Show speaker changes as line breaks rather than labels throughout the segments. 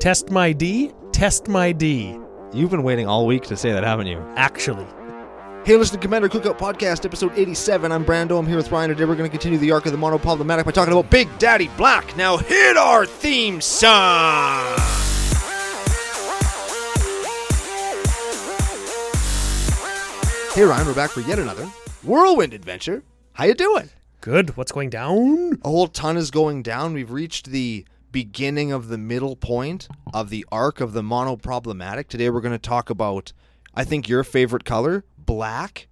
Test my D, test my D.
You've been waiting all week to say that, haven't you?
Actually,
Hey, listen to Commander Cookout Podcast, episode 87. I'm Brando. I'm here with Ryan. Today we're going to continue the arc of the monoproblematic by talking about Big Daddy Black. Now hit our theme song! Hey, Ryan, we're back for yet another whirlwind adventure. How you doing?
good. What's going down?
a whole ton is going down. We've reached the beginning of the middle point of the arc of the monoproblematic. Today we're going to talk about, I think, your favorite color, black,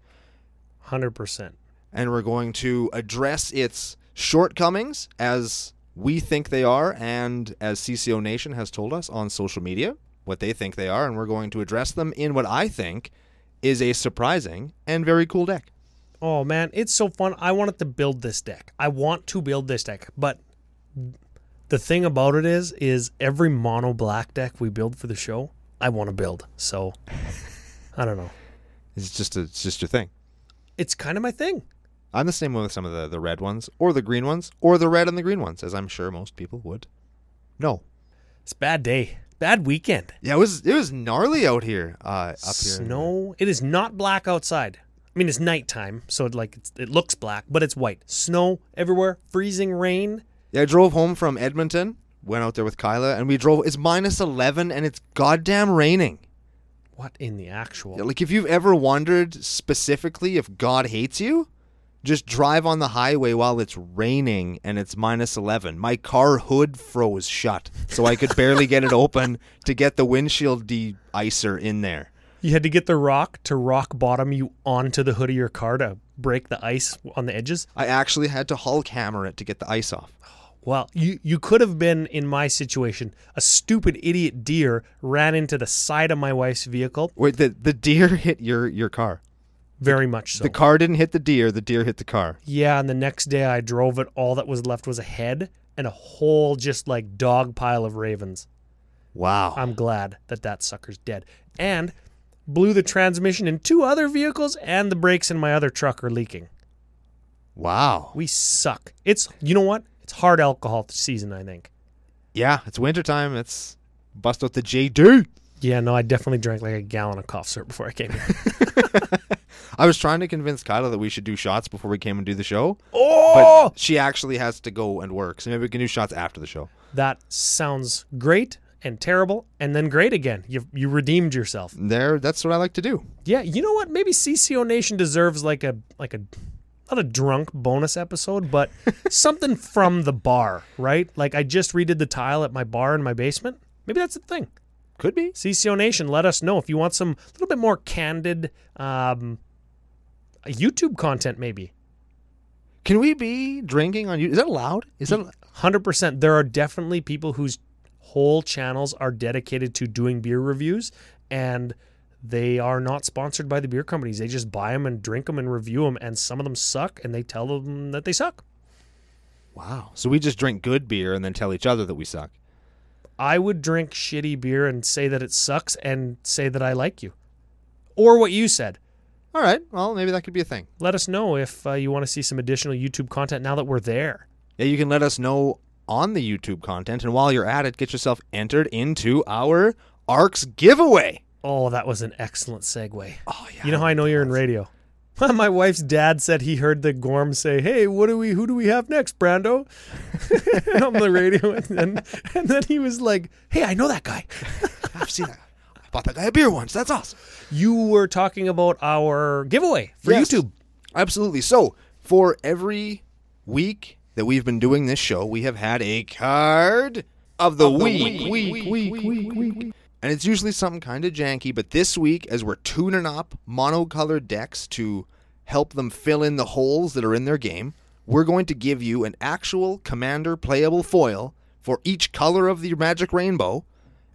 100%.
and we're going to address its shortcomings as we think they are and as CCO Nation has told us on social media what they think they are, and we're going to address them in what I think is a surprising and very cool deck.
Oh man, it's so fun. I wanted to build this deck. I want to build this deck, but the thing about it is is every mono black deck we build for the show, I want to build. So I don't know.
It's just a, it's just your thing.
It's kind of my thing.
I'm the same way with some of the, the red ones, or the green ones, or the red and the green ones, as I'm sure most people would. No.
It's a bad day. Bad weekend.
Yeah, it was it was gnarly out here. Uh, up here.
Snow. It is not black outside. I mean, it's nighttime, so it, like it's, it looks black, but it's white. Snow everywhere, freezing rain.
Yeah, I drove home from Edmonton, went out there with Kyla, and we drove. It's minus eleven, and it's goddamn raining.
What in the actual?
Yeah, Like if you've ever wondered specifically if God hates you, just drive on the highway while it's raining and it's minus 11. My car hood froze shut, so I could barely get it open to get the windshield de-icer in there.
You had to get the rock to rock bottom you onto the hood of your car to break the ice on the edges.
I actually had to Hulk hammer it to get the ice off.
Well, you you could have been in my situation. A stupid idiot deer ran into the side of my wife's vehicle.
Wait, the the deer hit your your car.
Very much so.
The car didn't hit the deer. The deer hit the car.
yeah, and the next day I drove it. All that was left was a head and a whole just like dog pile of ravens.
Wow.
I'm glad that that sucker's dead. And blew the transmission in two other vehicles and the brakes in my other truck are leaking.
Wow.
We suck. It's you know what? It's hard alcohol season, I think.
Yeah, it's wintertime. It's bust out the JD.
Yeah, no, I definitely drank like a gallon of cough syrup before I came here.
I was trying to convince Kyla that we should do shots before we came and do the show,
oh,
but she actually has to go and work, so maybe we can do shots after the show.
that sounds great and terrible, and then great again. You you redeemed yourself.
There, that's what I like to do.
Yeah, you know what? Maybe CCO Nation deserves like a like a not a drunk bonus episode, but something from the bar, right? Like I just redid the tile at my bar in my basement. Maybe that's the thing.
Could be.
CCO Nation, let us know if you want some a little bit more candid um, YouTube content, maybe.
Can we be drinking on you? Is that allowed? Is that?
Hundred percent. There are definitely people whose whole channels are dedicated to doing beer reviews, and they are not sponsored by the beer companies. They just buy them and drink them and review them, and some of them suck, and they tell them that they suck.
Wow. So we just drink good beer and then tell each other that we suck.
I would drink shitty beer and say that it sucks, and say that I like you, or what you said.
All right. Well, maybe that could be a thing.
Let us know if uh, you want to see some additional YouTube content now that we're there.
Yeah, you can let us know on the YouTube content. And while you're at it, get yourself entered into our ARCS giveaway.
Oh, that was an excellent segue.
Oh, yeah.
You know how I know you're in radio? My wife's dad said he heard the Gorm say, "Hey, what do we? Who do we have next, Brando?" on the radio, and then and then he was like, "Hey, I know that guy.
I've seen that. I bought that guy a beer once. That's awesome.
You were talking about our giveaway for
Yes.
YouTube.
Absolutely. So, for every week that we've been doing this show, we have had a card of the, week. week, week, week, week, week. And it's usually something kind of janky, but this week, as we're tuning up monocolored decks to help them fill in the holes that are in their game, we're going to give you an actual commander playable foil for each color of the magic rainbow.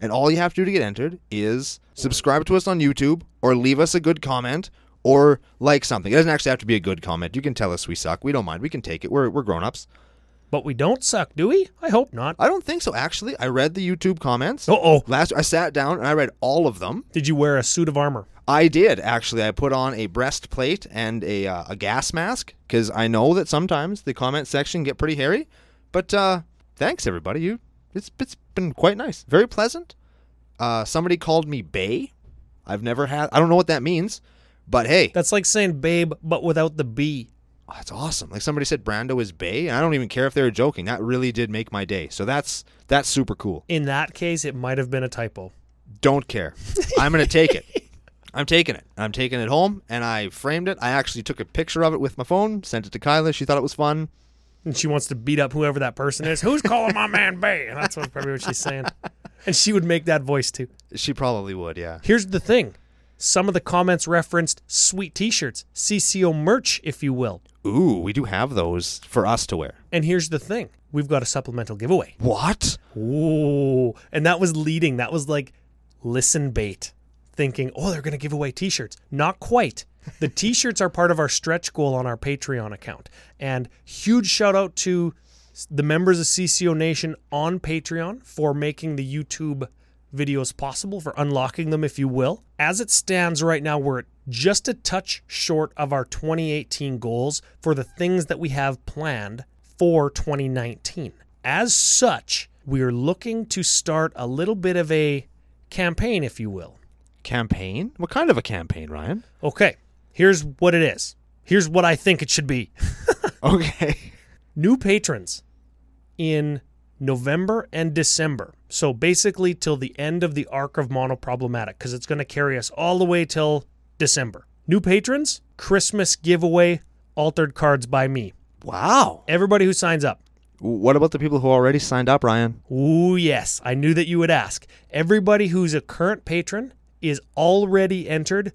And all you have to do to get entered is subscribe to us on YouTube or leave us a good comment or like something. It doesn't actually have to be a good comment. You can tell us we suck. We don't mind. We can take it. We're, we're grown ups.
But we don't suck, do we? I hope not.
I don't think so, actually. I read the YouTube comments.
Uh oh.
Last I sat down and I read all of them.
Did you wear a suit of armor?
I did actually. I put on a breastplate and a uh, a gas mask because I know that sometimes the comment section get pretty hairy. But uh, thanks everybody. You It's it's been quite nice, very pleasant. Uh, somebody called me Bay. I've never had. I don't know what that means, but hey,
That's like saying babe, but without the B.
Oh, that's awesome. Like somebody said Brando is Bay, and I don't even care if they were joking. That really did make my day. So that's that's super cool.
In that case, it might have been a typo.
Don't care. I'm gonna take it. I'm taking it. I'm taking it home, and I framed it. I actually took a picture of it with my phone, sent it to Kyla. She thought it was fun.
And she wants to beat up whoever that person is. Who's calling my man Bay? And that's what, probably what she's saying. And she would make that voice too.
She probably would, yeah.
Here's the thing some of the comments referenced sweet t shirts, CCO merch, if you will.
Ooh, we do have those for us to wear.
And here's the thing we've got a supplemental giveaway.
What?
Ooh. And that was leading. That was like listen bait, thinking, oh, they're going to give away t shirts. Not quite. The t shirts are part of our stretch goal on our Patreon account. And huge shout out to s- the members of CCO Nation on Patreon for making the YouTube videos possible, for unlocking them, if you will. As it stands right now, we're just a touch short of our 2018 goals for the things that we have planned for 2019. As such, we are looking to start a little bit of a campaign, if you will.
Campaign? What kind of a campaign, Ryan?
Okay, here's what it is. Here's what I think it should be.
Okay.
new patrons in November and December. So basically till the end of the arc of monoproblematic cuz it's going to carry us all the way till December. New patrons, Christmas giveaway, altered cards by me.
Wow.
Everybody who signs up.
What about the people who already signed up, Ryan?
Ooh, yes, I knew that you would ask. Everybody who's a current patron is already entered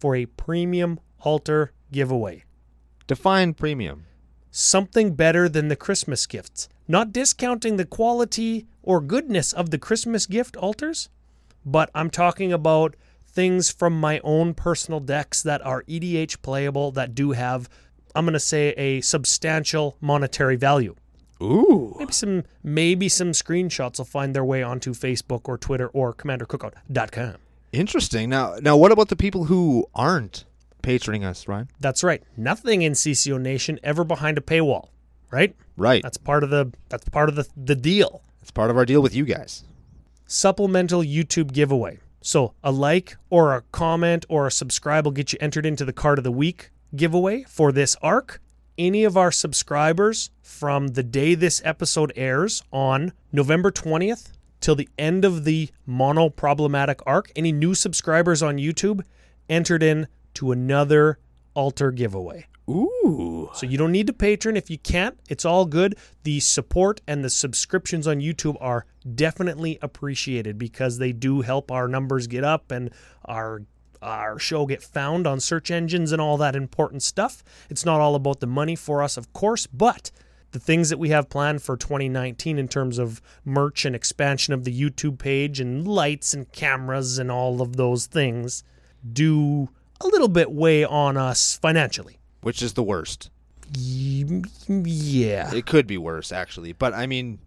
for a premium altar giveaway.
Define premium.
something better than the Christmas gifts. Not discounting the quality or goodness of the Christmas gift altars, but I'm talking about things from my own personal decks that are EDH playable that do have, I'm going to say, a substantial monetary value.
Ooh.
Maybe some, maybe some screenshots will find their way onto Facebook or Twitter or CommanderCookout.com.
Interesting. Now, now, what about the people who aren't patroning us, Ryan?
That's right. Nothing in CCO Nation ever behind a paywall, right?
Right.
That's part of the that's part of the the deal.
It's part of our deal with you guys.
supplemental YouTube giveaway. So a like or a comment or a subscribe will get you entered into the card of the week giveaway for this arc. Any of our subscribers from the day this episode airs on November 20th till the end of the mono problematic arc, any new subscribers on YouTube entered in to another altar giveaway.
Ooh.
So you don't need to patron if you can't. It's all good. The support and the subscriptions on YouTube are definitely appreciated because they do help our numbers get up and our our show get found on search engines and all that important stuff. It's not all about the money for us, of course, but the things that we have planned for 2019 in terms of merch and expansion of the YouTube page and lights and cameras and all of those things do a little bit weigh on us financially.
Which is the worst.
Y- Yeah.
It could be worse, actually. But I mean,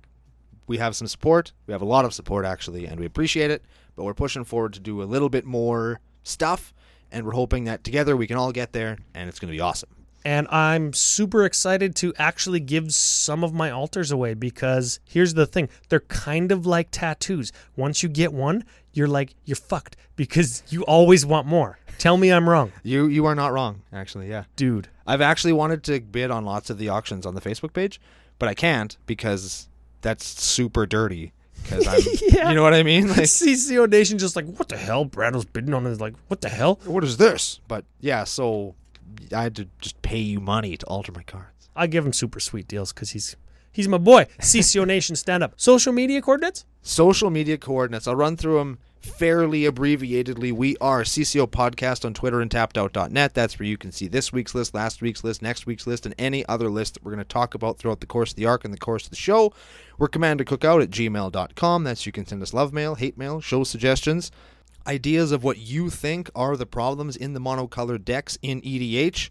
we have some support. We have a lot of support, actually, and we appreciate it. But we're pushing forward to do a little bit more stuff, and we're hoping that together we can all get there, and it's going to be awesome.
And I'm super excited to actually give some of my altars away because here's the thing they're kind of like tattoos. Once you get one, you're like, you're fucked because you always want more. Tell me I'm wrong.
You you are not wrong, actually. Yeah,
Dude.
I've actually wanted to bid on lots of the auctions on the Facebook page, but I can't because that's super dirty. Because I'm,
Yeah.
you know what I mean. Like,
CCO Nation just like, what the hell? Brando's bidding on it. Like, what the hell?
what is this? But yeah, so I had to just pay you money to alter my cards.
I give him super sweet deals because he's he's my boy. CCO Nation, stand up. Social media coordinates?
Social media coordinates. I'll run through them fairly abbreviatedly. We are CCO Podcast on Twitter and tappedout.net. That's where you can see this week's list, last week's list, next week's list, and any other list that we're going to talk about throughout the course of the arc and the course of the show. We're commandercookout at gmail.com. That's you can send us love mail, hate mail, show suggestions. ideas of what you think are the problems in the monocolored decks in EDH.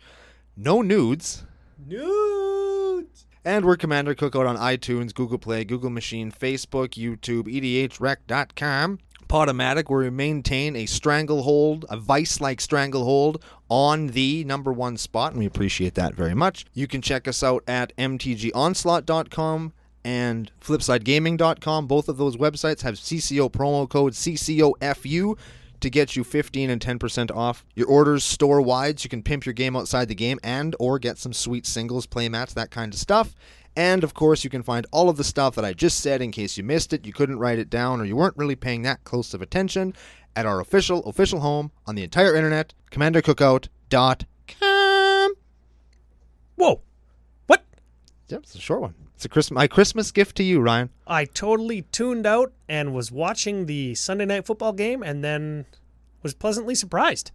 No nudes. Nudes! And we're Commander Cookout on iTunes, Google Play, Google Machine, Facebook, YouTube, E EDHREC.com. Podomatic, where we maintain a stranglehold, a vice like stranglehold on the number one spot, and we appreciate that very much. You can check us out at mtgonslaught.com and flipsidegaming.com. Both of those websites have CCO promo code CCOFU to get you 15 and 10% off your orders store wide so you can pimp your game outside the game and or get some sweet singles, play mats, that kind of stuff. And of course, you can find all of the stuff that I just said in case you missed it, you couldn't write it down or you weren't really paying that close of attention at our official official home on the entire internet, commandercookout.com.
Whoa. What?
Yep, it's a short one. It's a Christ- my Christmas gift to you, Ryan.
I totally tuned out and was watching the Sunday night football game and then was pleasantly surprised.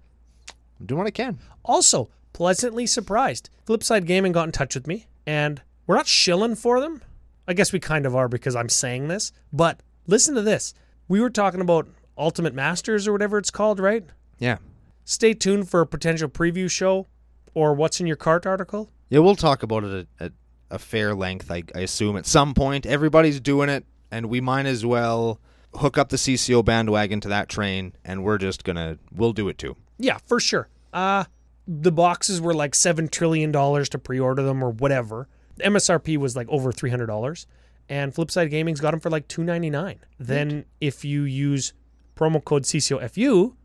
I'm doing what I can.
Also, pleasantly surprised. Flipside Gaming got in touch with me and we're not shilling for them. I guess we kind of are because I'm saying this, but listen to this. We were talking about Ultimate Masters or whatever it's called, right?
Yeah.
Stay tuned for a potential preview show or what's in your cart article.
Yeah, we'll talk about it at, at a fair length, I, I assume, at some point. Everybody's doing it, and we might as well hook up the CCO bandwagon to that train, and we're just gonna we'll do it too.
Yeah, for sure. Uh the boxes were like seven trillion dollars to pre-order them or whatever. The MSRP was like over three hundred dollars, and Flipside Gaming's got them for like two ninety nine. Then if you use promo code CCOFU,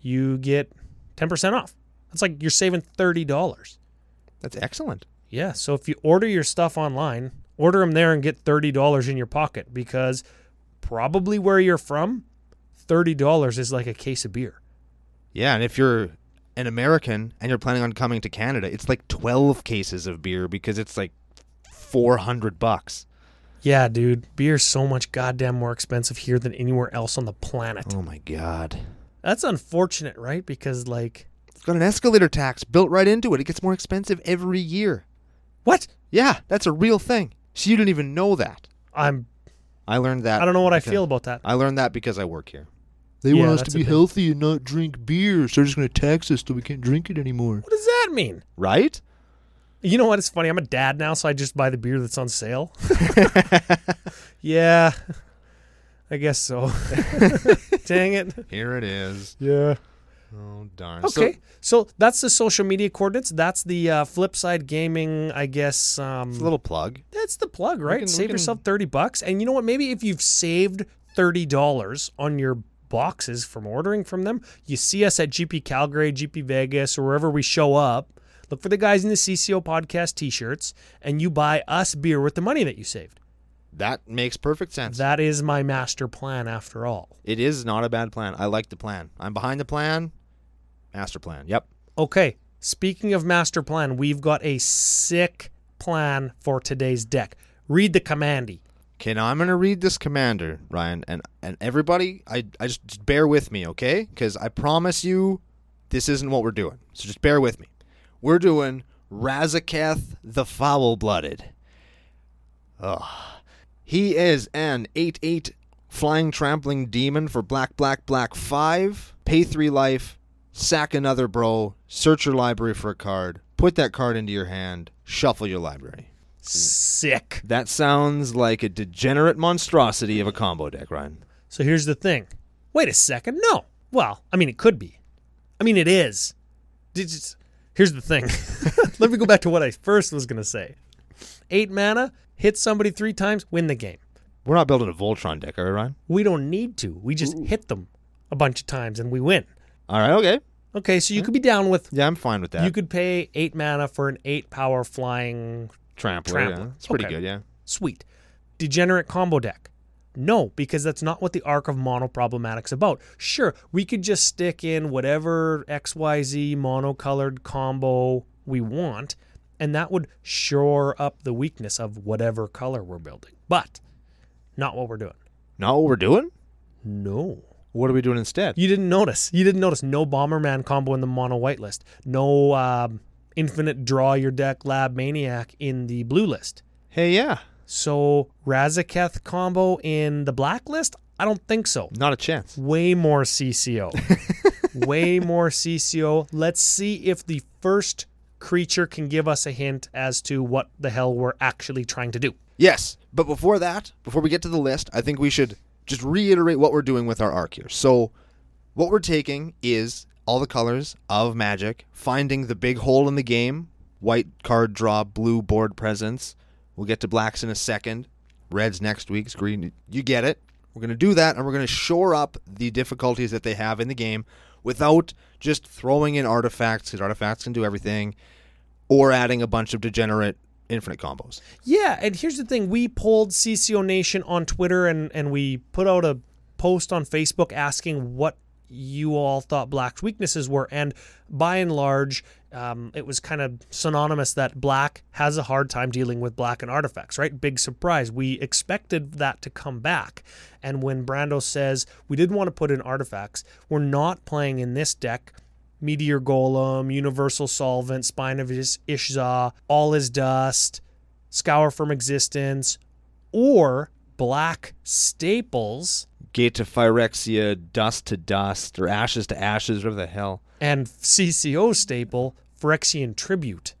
you get ten percent off. That's like you're saving thirty dollars.
That's excellent.
Yeah. So if you order your stuff online, order them there and get $30 in your pocket because probably where you're from, $30 is like a case of beer.
Yeah, and if you're an American and you're planning on coming to Canada, it's like twelve cases of beer because it's like four hundred bucks.
Yeah, dude. Beer's so much goddamn more expensive here than anywhere else on the planet.
Oh my god.
That's unfortunate, right? Because, like,
It's got an escalator tax built right into it. It gets more expensive every year.
what?
Yeah, that's a real thing. So you didn't even know that.
I'm.
I learned that.
I don't know what I
because-
feel about that.
I learned that because I work here. They
Yeah, that's a bit-
healthy and not drink beer, so they're just going to tax us till we can't drink it anymore.
What does that mean?
right?
You know what? It's funny. I'm a dad now, so I just buy the beer that's on sale. yeah. I guess so. Dang it.
Here it is.
Yeah.
Oh darn.
Okay, so, that's the social media coordinates. That's the uh, Flipside Gaming, I guess. Um,
So, a little plug.
that's the plug, right?
can- we
Save
can-
yourself thirty bucks, and you know what? Maybe if you've saved thirty dollars on your boxes from ordering from them, you see us at GP Calgary, GP Vegas, or wherever we show up. Look for the guys in the CCO podcast T-shirts, and you buy us beer with the money that you saved.
That makes perfect sense.
That is my master plan, after all.
it is not a bad plan. I like the plan. I'm behind the plan. Master plan. Yep.
Okay, speaking of master plan, we've got a sick plan for today's deck. Read the commandy.
Okay, now I'm gonna read this commander, Ryan, and and everybody, I I just, just bear with me, okay? Because I promise you, this isn't what we're doing. So just bear with me. We're doing Razaketh the Foul-Blooded. Ugh. He is an 8-8 flying trampling demon for black black black 5, pay 3 life, sack another bro, search your library for a card, put that card into your hand, shuffle your library.
Sick.
That sounds like a degenerate monstrosity of a combo deck, Ryan.
So here's the thing. Wait a second. No. Well, I mean, it could be. I mean, it is. Did you- Here's the thing. Let me go back to what I first was going to say. Eight mana, hit somebody three times, win the game.
We're not building a Voltron deck, all right, Ryan?
We don't need to. We just hit them a bunch of times and we win.
All right, okay.
Okay, so you could be down with.
Yeah, I'm fine with that.
You could pay eight mana for an eight power flying
trample.
Trample.
Yeah. It's pretty
Okay.
good, yeah.
Sweet. Degenerate combo deck. No, because that's not what the arc of mono problematic's about. Sure, we could just stick in whatever XYZ mono colored combo we want, and that would shore up the weakness of whatever color we're building. But not what we're doing.
Not what we're doing?
No.
What are we doing instead?
You didn't notice. You didn't notice no Bomberman combo in the mono white list. No um, infinite draw your deck lab maniac in the blue list.
Hey, yeah.
So Razaketh combo in the blacklist? I don't think so.
Not a chance.
Way more CCO. Way more CCO. Let's see if the first creature can give us a hint as to what the hell we're actually trying to do.
Yes, but before that, before we get to the list, I think we should just reiterate what we're doing with our arc here. So, what we're taking is all the colors of magic, finding the big hole in the game, white card draw, blue board presence. We'll get to blacks in a second. Reds next week. Green. You get it. We're going to do that, and we're going to shore up the difficulties that they have in the game without just throwing in artifacts because artifacts can do everything, or adding a bunch of degenerate infinite combos.
Yeah, and here's the thing: we polled CCO Nation on Twitter, and and we put out a post on Facebook asking what you all thought Black's weaknesses were, and by and large, um, it was kind of synonymous that Black has a hard time dealing with Black and artifacts. Right? Big surprise. We expected that to come back, and when Brando says we didn't want to put in artifacts, we're not playing in this deck. Meteor Golem, Universal Solvent, Spine of Ish- Ishza, All Is Dust, Scour from Existence, or Black Staples
Gate to Phyrexia, dust to dust, or ashes to ashes, whatever the hell.
and CCO staple Phyrexian Tribute,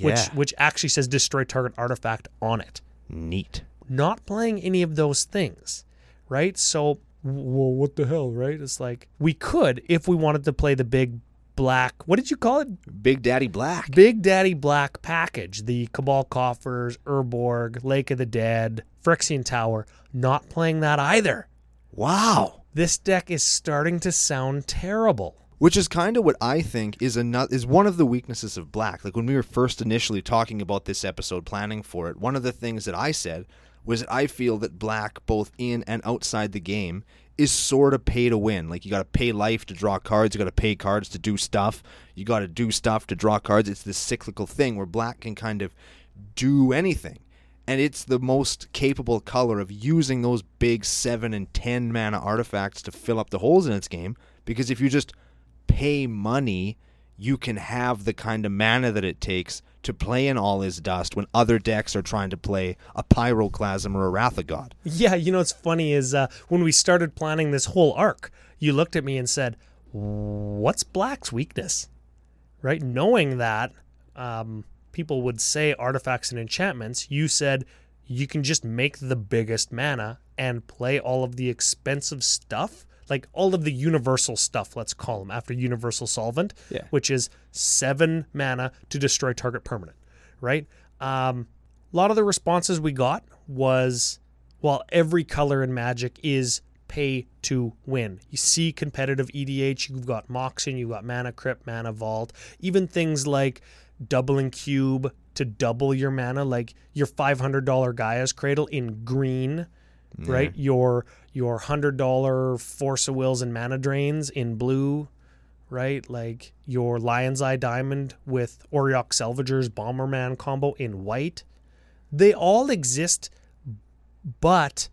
which
Yeah.
which actually says destroy target artifact on it.
Neat.
Not playing any of those things, right? So, well, what the hell, right? It's like we could if we wanted to play the big black. What did you call it?
Big Daddy Black.
Big Daddy Black package, the Cabal Coffers, Urborg, Lake of the Dead, Phyrexian Tower, not playing that either.
Wow.
This deck is starting to sound terrible.
Which is kind of what I think is another is one of the weaknesses of black. Like when we were first initially talking about this episode, planning for it, one of the things that I said was that I feel that black, both in and outside the game, is sort of pay to win. Like you got to pay life to draw cards, you got to pay cards to do stuff, you got to do stuff to draw cards. It's this cyclical thing where black can kind of do anything. and it's the most capable color of using those big 7 and 10 mana artifacts to fill up the holes in its game because if you just pay money you can have the kind of mana that it takes to play in all his dust when other decks are trying to play a pyroclasm or a wrath of god
Yeah, you know what's funny is uh, when we started planning this whole arc, you looked at me and said, "What's Black's weakness?" Right, knowing that um, people would say artifacts and enchantments, you said you can just make the biggest mana and play all of the expensive stuff, like all of the universal stuff. Let's call them after universal solvent,
Yeah.
which is seven mana to destroy target permanent. Right. Um, a lot of the responses we got was while every color in Magic is pay to win. You see competitive EDH, you've got Moxin, you've got Mana Crypt, Mana Vault, even things like doubling cube to double your mana, like your $500 Gaia's Cradle in green, right? Your your $100 Force of Wills and Mana Drains in blue, right? Like your Lion's Eye Diamond with Oriok Salvager's Bomberman combo in white. They all exist, but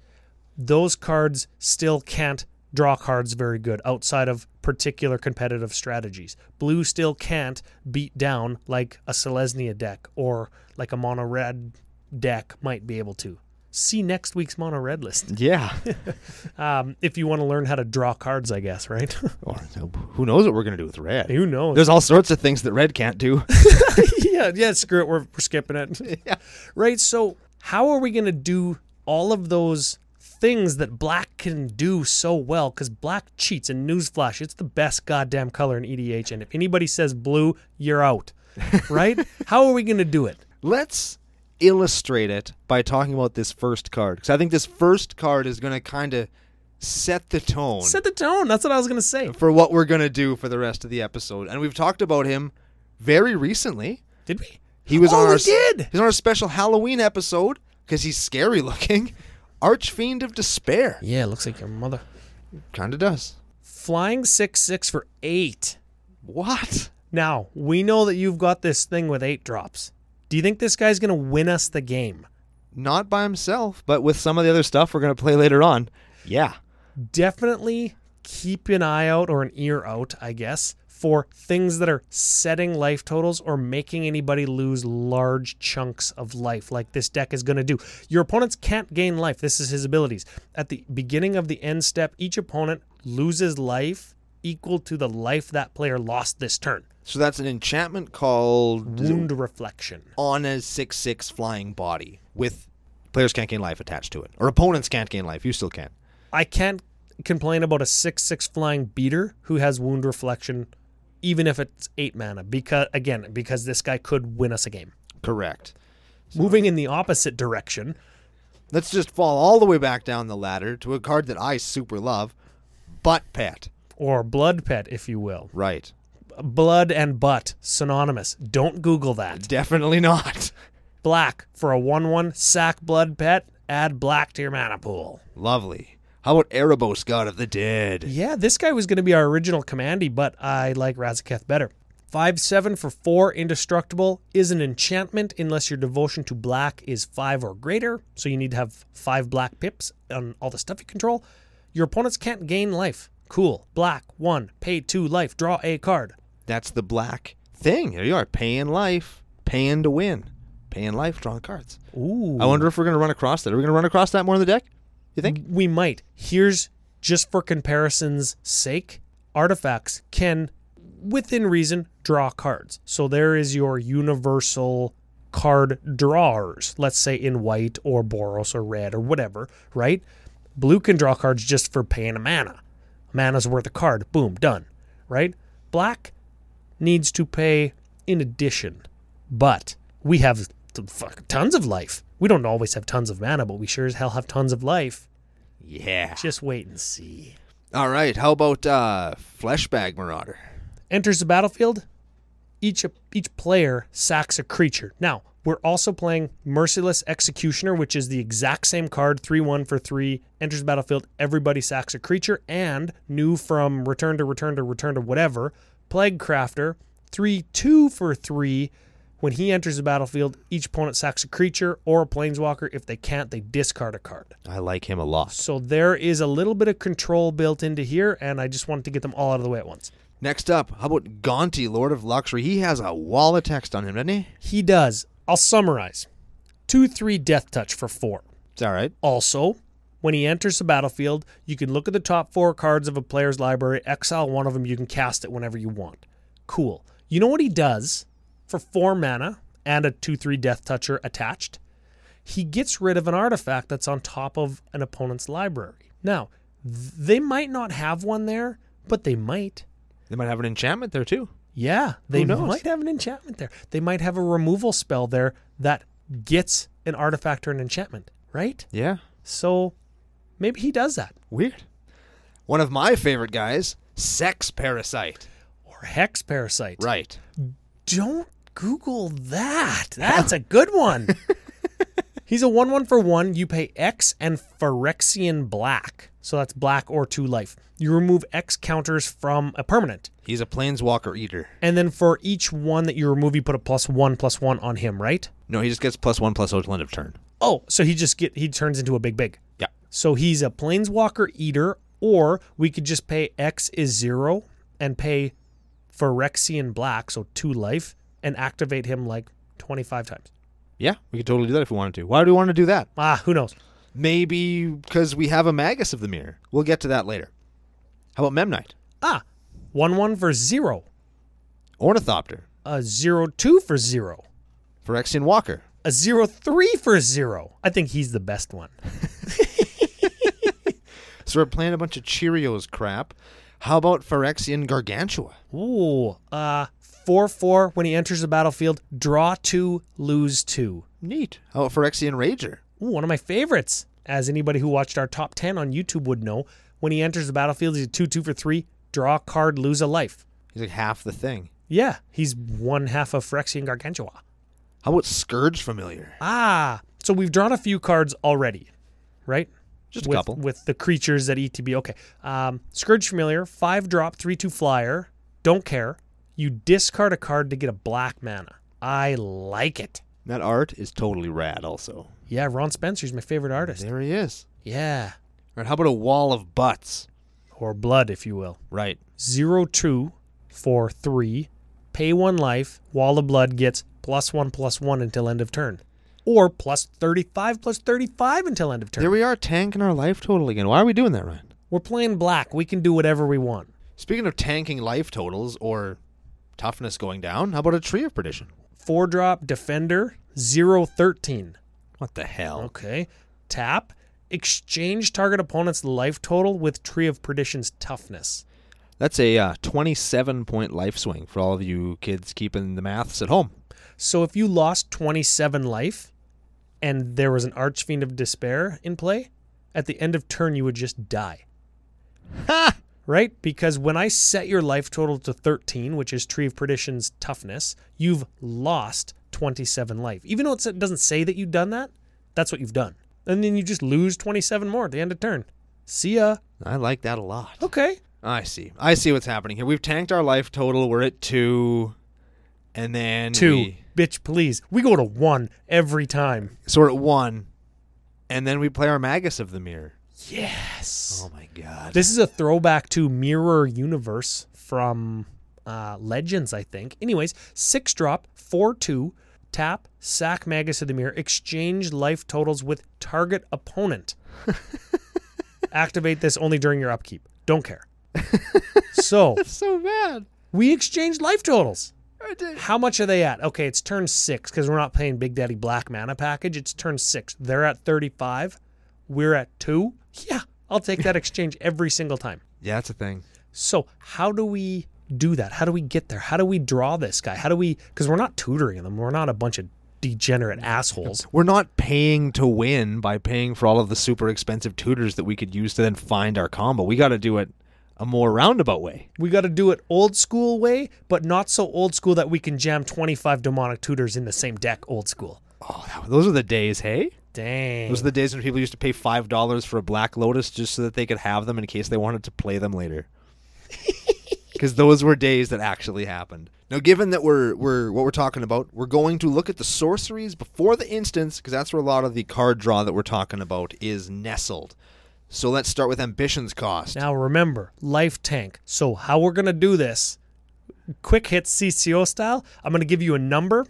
those cards still can't draw cards very good outside of particular competitive strategies. Blue still can't beat down like a Selesnya deck or like a mono red deck might be able to. See next week's mono red list
yeah
um, if you want to learn how to draw cards, I guess, right?
or who knows what we're going to do with red
Who knows?
there's all sorts of things that red can't do
yeah, yeah, screw it. We're, we're skipping it. Right. So, how are we going to do all of those things that black can do so well? Because black cheats and newsflash, it's the best goddamn color in EDH. And if anybody says blue, you're out. Right? how are we going to do it?
let's illustrate it by talking about this first card because i think this first card is going to kind of set the tone
Set the tone. That's what I was going to say.
for what we're going to do for the rest of the episode. And we've talked about him very recently.
Did we?
He was
Oh,
on
we
our
did!
He's on our special Halloween episode because he's scary looking. Archfiend of Despair.
Yeah, looks like your mother.
Kind of does.
Flying 6 6 for 8.
What?
Now, we know that you've got this thing with 8 drops. Do you think this guy's going to win us the game?
Not by himself, but with some of the other stuff we're going to play later on. Yeah.
definitely keep an eye out or an ear out, I guess, for things that are setting life totals or making anybody lose large chunks of life, like this deck is going to do. Your opponents can't gain life. This is his abilities. At the beginning of the end step, each opponent loses life equal to the life that player lost this turn.
So that's an enchantment called
Wound reflection.
on a 6 6 flying body with players can't gain life attached to it. Or opponents can't gain life. You still can.
I can't complain about a six six flying beater who has wound reflection, even if it's eight mana. Because again, because this guy could win us a game.
Correct.
Moving in the opposite direction,
Let's just fall all the way back down the ladder to a card that I super love, Butt Pet.
or blood pet, if you will.
Right.
Blood and butt, synonymous. Don't Google that.
Definitely not.
Black for a 1 1 sack blood pet, add black to your mana pool.
Lovely. How about Erebos, God of the Dead?
Yeah, this guy was going to be our original commandy, but I like Razaketh better. 5 7 for 4 indestructible is an enchantment unless your devotion to black is 5 or greater. So you need to have 5 black pips on all the stuff you control. Your opponents can't gain life. Cool. Black, 1, pay 2 life, draw a card.
That's the black thing. There you are, paying life, paying to win, paying life, drawing cards.
Ooh.
I wonder if we're going to run across that. Are we going to run across that more in the deck? You think?
we might. Here's just for comparison's sake, artifacts can, within reason, draw cards. So there is your universal card drawers, let's say in white or Boros or red or whatever, right? Blue can draw cards just for paying a mana. Mana's worth a card. Boom, done, right? Black needs to pay in addition. But we have t- fuck, tons of life. We don't always have tons of mana, but we sure as hell have tons of life.
Yeah.
Just wait and see.
All right. How about uh, Fleshbag Marauder?
Enters the battlefield. Each each player sacks a creature. Now we're also playing Merciless Executioner, which is the exact same card, three one for three. Enters the battlefield. Everybody sacks a creature, and new from Return to Return to Return to whatever. Plague Crafter, three two for three. When he enters the battlefield, each opponent sacks a creature or a planeswalker. If they can't, they discard a card.
I like him a lot.
So there is a little bit of control built into here, and I just wanted to get them all out of the way at once.
Next up, how about Gaunty, Lord of Luxury? He has a wall of text on him, doesn't he?
He does. I'll summarize. 2 3 Death Touch for 4.
It's all right.
Also, when he enters the battlefield, you can look at the top four cards of a player's library, exile one of them, you can cast it whenever you want. Cool. You know what he does for 4 mana and a 2 3 Death Toucher attached? he gets rid of an artifact that's on top of an opponent's library. Now, th- they might not have one there, but they might.
They might have an enchantment there, too.
Yeah, they
Who knows?
might have an enchantment there. They might have a removal spell there that gets an artifact or an enchantment, right?
Yeah.
So maybe he does that.
Weird. One of my favorite guys, Sex Parasite.
Or Hex Parasite.
Right.
Don't Google that. That's a good one. He's a 1 1 for 1. You pay X and Phyrexian Black. So that's black or 2 life. You remove X counters from a permanent.
He's a planeswalker eater.
And then for each one that you remove, you put a plus 1 plus 1 on him, right?
No, he just gets plus one plus till end of turn.
Oh, so he just get he turns into a big big.
Yeah.
So he's a planeswalker eater, or we could just pay X is zero and pay Phyrexian Black, so two life, and activate him like twenty five times.
Yeah, we could totally do that if we wanted to. Why do we want to do that?
Ah, who knows?
Maybe because we have a Magus of the Mirror. We'll get to that later. How about Memnite?
Ah, one one for zero,
Ornithopter.
a zero two for zero,
Phyrexian Walker.
a zero three for zero. I think he's the best one.
So we're playing a bunch of Cheerios crap. How about Phyrexian Gargantua?
Ooh, uh, four four when he enters the battlefield, draw two, lose two.
Neat. How about Phyrexian Rager?
Ooh, one of my favorites. As anybody who watched our top 10 on YouTube would know, when he enters the battlefield, he's a 2 2 for 3, draw a card, lose a life.
He's like half the thing.
Yeah, he's one half of Phyrexian Gargantua.
How about Scourge Familiar?
Ah, so we've drawn a few cards already, right?
Just a
with,
couple.
With the creatures that ETB. Okay. Um, Scourge Familiar, 5 drop, 3 2 flyer. Don't care. You discard a card to get a black mana. I like it.
That art is totally rad, also.
Yeah, Ron Spencer's my favorite artist.
There he is.
Yeah.
All right, how about a Wall of Butts?
Or blood, if you will.
Right.
Zero two four three. Pay one life. Wall of Blood gets plus one plus one until end of turn, or plus thirty five plus thirty five until end of turn.
There we are, tanking our life total again. Why are we doing that, Ryan?
We're playing black. We can do whatever we want.
Speaking of tanking life totals or toughness going down, how about a Tree of Perdition?
Four drop defender zero thirteen.
What the hell?
Okay, tap. Exchange target opponent's life total with Tree of Perdition's toughness.
That's a uh, 27 point life swing for all of you kids keeping the maths at home.
So if you lost 27 life and there was an Archfiend of Despair in play, at the end of turn you would just die.
Ha!
Right? Because when I set your life total to 13, which is Tree of Perdition's toughness, you've lost 27 life. Even though it's- it doesn't say that you've done that, that's what you've done. And then you just lose 27 more at the end of turn. See ya.
I like that a lot.
Okay.
I see. I see what's happening here. We've tanked our life total. We're at two, and then
Two.
we-
Bitch, please. We go to one every time.
so we're at one, and then we play our Magus of the Mirror.
Yes.
Oh my god!
This is a throwback to Mirror Universe from uh, Legends, I think. Anyways, six drop, four two, tap, sack Magus of the Mirror, exchange life totals with target opponent. Activate this only during your upkeep. Don't care. so
so bad.
we exchanged life totals.
I did-
How much are they at? Okay, it's turn six because we're not playing Big Daddy Black Mana package. It's turn six. They're at 35. We're at two. Yeah, I'll take that exchange every single time.
Yeah, that's a thing.
So, how do we do that? How do we get there? How do we draw this guy? How do we? Because we're not tutoring them. We're not a bunch of degenerate assholes.
We're not paying to win by paying for all of the super expensive tutors that we could use to then find our combo. We got to do it a more roundabout way.
We got to do it old school way, but not so old school that we can jam 25 demonic tutors in the same deck old school.
Oh, that- those are the days, hey?
Dang.
Those are the days when people used to pay five dollars for a black lotus just so that they could have them in case they wanted to play them later. Because those were days that actually happened. Now, given that we're we're what we're talking about, we're going to look at the sorceries before the instance, because that's where a lot of the card draw that we're talking about is nestled. So let's start with ambitions cost.
Now remember, life tank. So how we're gonna do this? Quick hit CCO style. I'm gonna give you a number.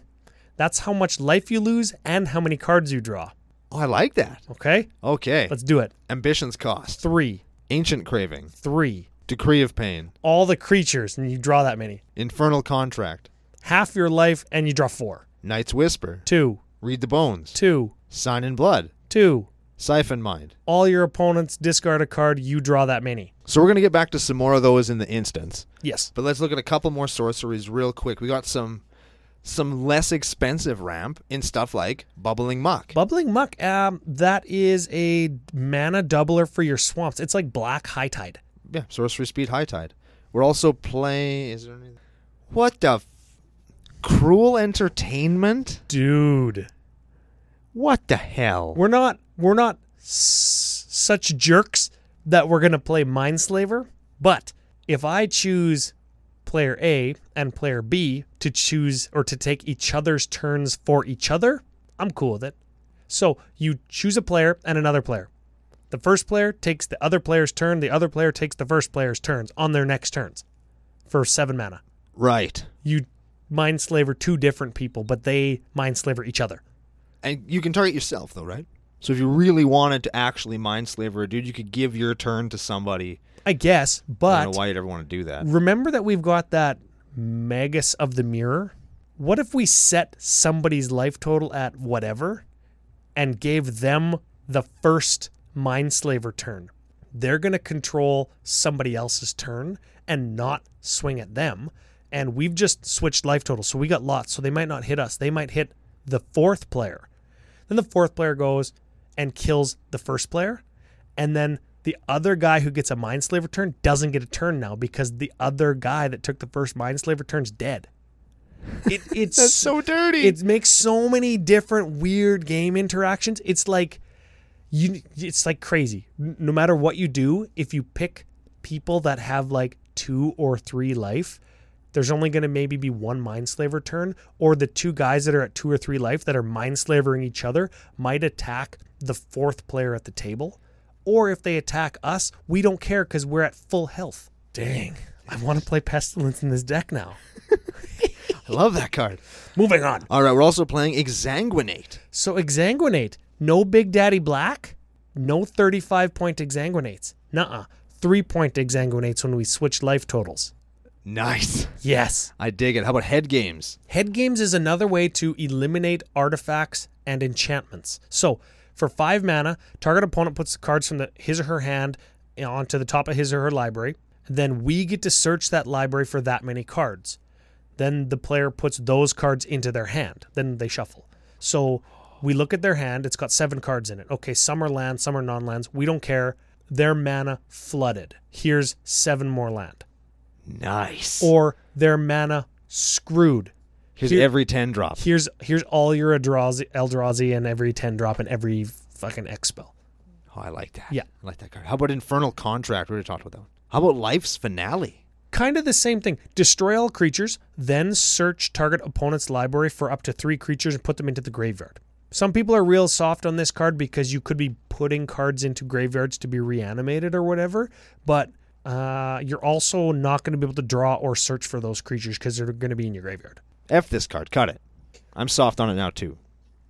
That's how much life you lose and how many cards you draw.
oh, I like that.
Okay,
Okay,
let's do it.
ambitions cost.
Three,
Ancient craving,
three.
decree of pain,
All the creatures, and you draw that many.
infernal contract,
Half your life, and you draw four.
knight's whisper,
Two,
read the bones,
two,
sign in blood,
two.
siphon mind.
All your opponents discard a card. You draw that many.
So we're going to get back to some more of those in the instance.
Yes.
But let's look at a couple more sorceries real quick. We got some some less expensive ramp in stuff like bubbling muck.
Bubbling Muck, um, that is a mana doubler for your swamps. It's like black high tide.
yeah, sorcery speed high tide. We're also playing is there any What the f- cruel entertainment?
Dude.
What the hell?
we're not we're not s- such jerks that we're gonna play Mindslaver. But if I choose player A and player B to choose or to take each other's turns for each other, I'm cool with it. So you choose a player and another player. The first player takes the other player's turn. The other player takes the first player's turns on their next turns for seven mana.
Right.
You mindslaver two different people, but they mindslaver each other.
And you can target yourself though, right? So if you really wanted to actually mind slaver a dude, you could give your turn to somebody.
I guess,
I
but
don't know why you'd ever want to do that.
remember that we've got that magus of the mirror what if we set somebody's life total at whatever and gave them the first mindslaver turn they're going to control somebody else's turn and not swing at them and we've just switched life total so we got lots so they might not hit us they might hit the fourth player then the fourth player goes and kills the first player. And then the other guy who gets a mindslaver turn doesn't get a turn now because the other guy that took the first mindslaver turn's dead. It, it's
That's so dirty.
it makes so many different weird game interactions. It's like you it's like crazy. N- No matter what you do, if you pick people that have like two or three life, there's only going to maybe be one mindslaver turn or the two guys that are at two or three life that are mindslaver each other might attack the fourth player at the table or if they attack us, we don't care cuz we're at full health. Dang. I want to play pestilence in this deck now.
I love that card.
Moving on.
All right, we're also playing Exanguinate.
So exanguinate, no Big Daddy Black, no 35 point exanguinates. Nuh-uh. Three point exanguinates when we switch life totals.
Nice.
Yes.
I dig it. How about head games?
Head games is another way to eliminate artifacts and enchantments. So, for five mana, target opponent puts the cards from the, his or her hand onto the top of his or her library. Then we get to search that library for that many cards. Then the player puts those cards into their hand. Then they shuffle. So We look at their hand. It's got seven cards in it. Okay, some are land, some are non lands. We don't care. Their mana flooded. Here's seven more land.
Nice.
Or their mana screwed.
Here's
here-
every 10 drop.
Here's here's all your Eldrazi, Eldrazi and every 10 drop and every fucking X spell.
Oh, I like that.
Yeah.
I like that card. How about Infernal Contract? We already talked about that one. How about Life's Finale?
Kind of the same thing. Destroy all creatures, then search target opponent's library for up to three creatures and put them into the graveyard. Some people are real soft on this card because you could be putting cards into graveyards to be reanimated or whatever, but uh, you're also not going to be able to draw or search for those creatures because they're going to be in your graveyard.
F this card. Cut it. I'm soft on it now, too.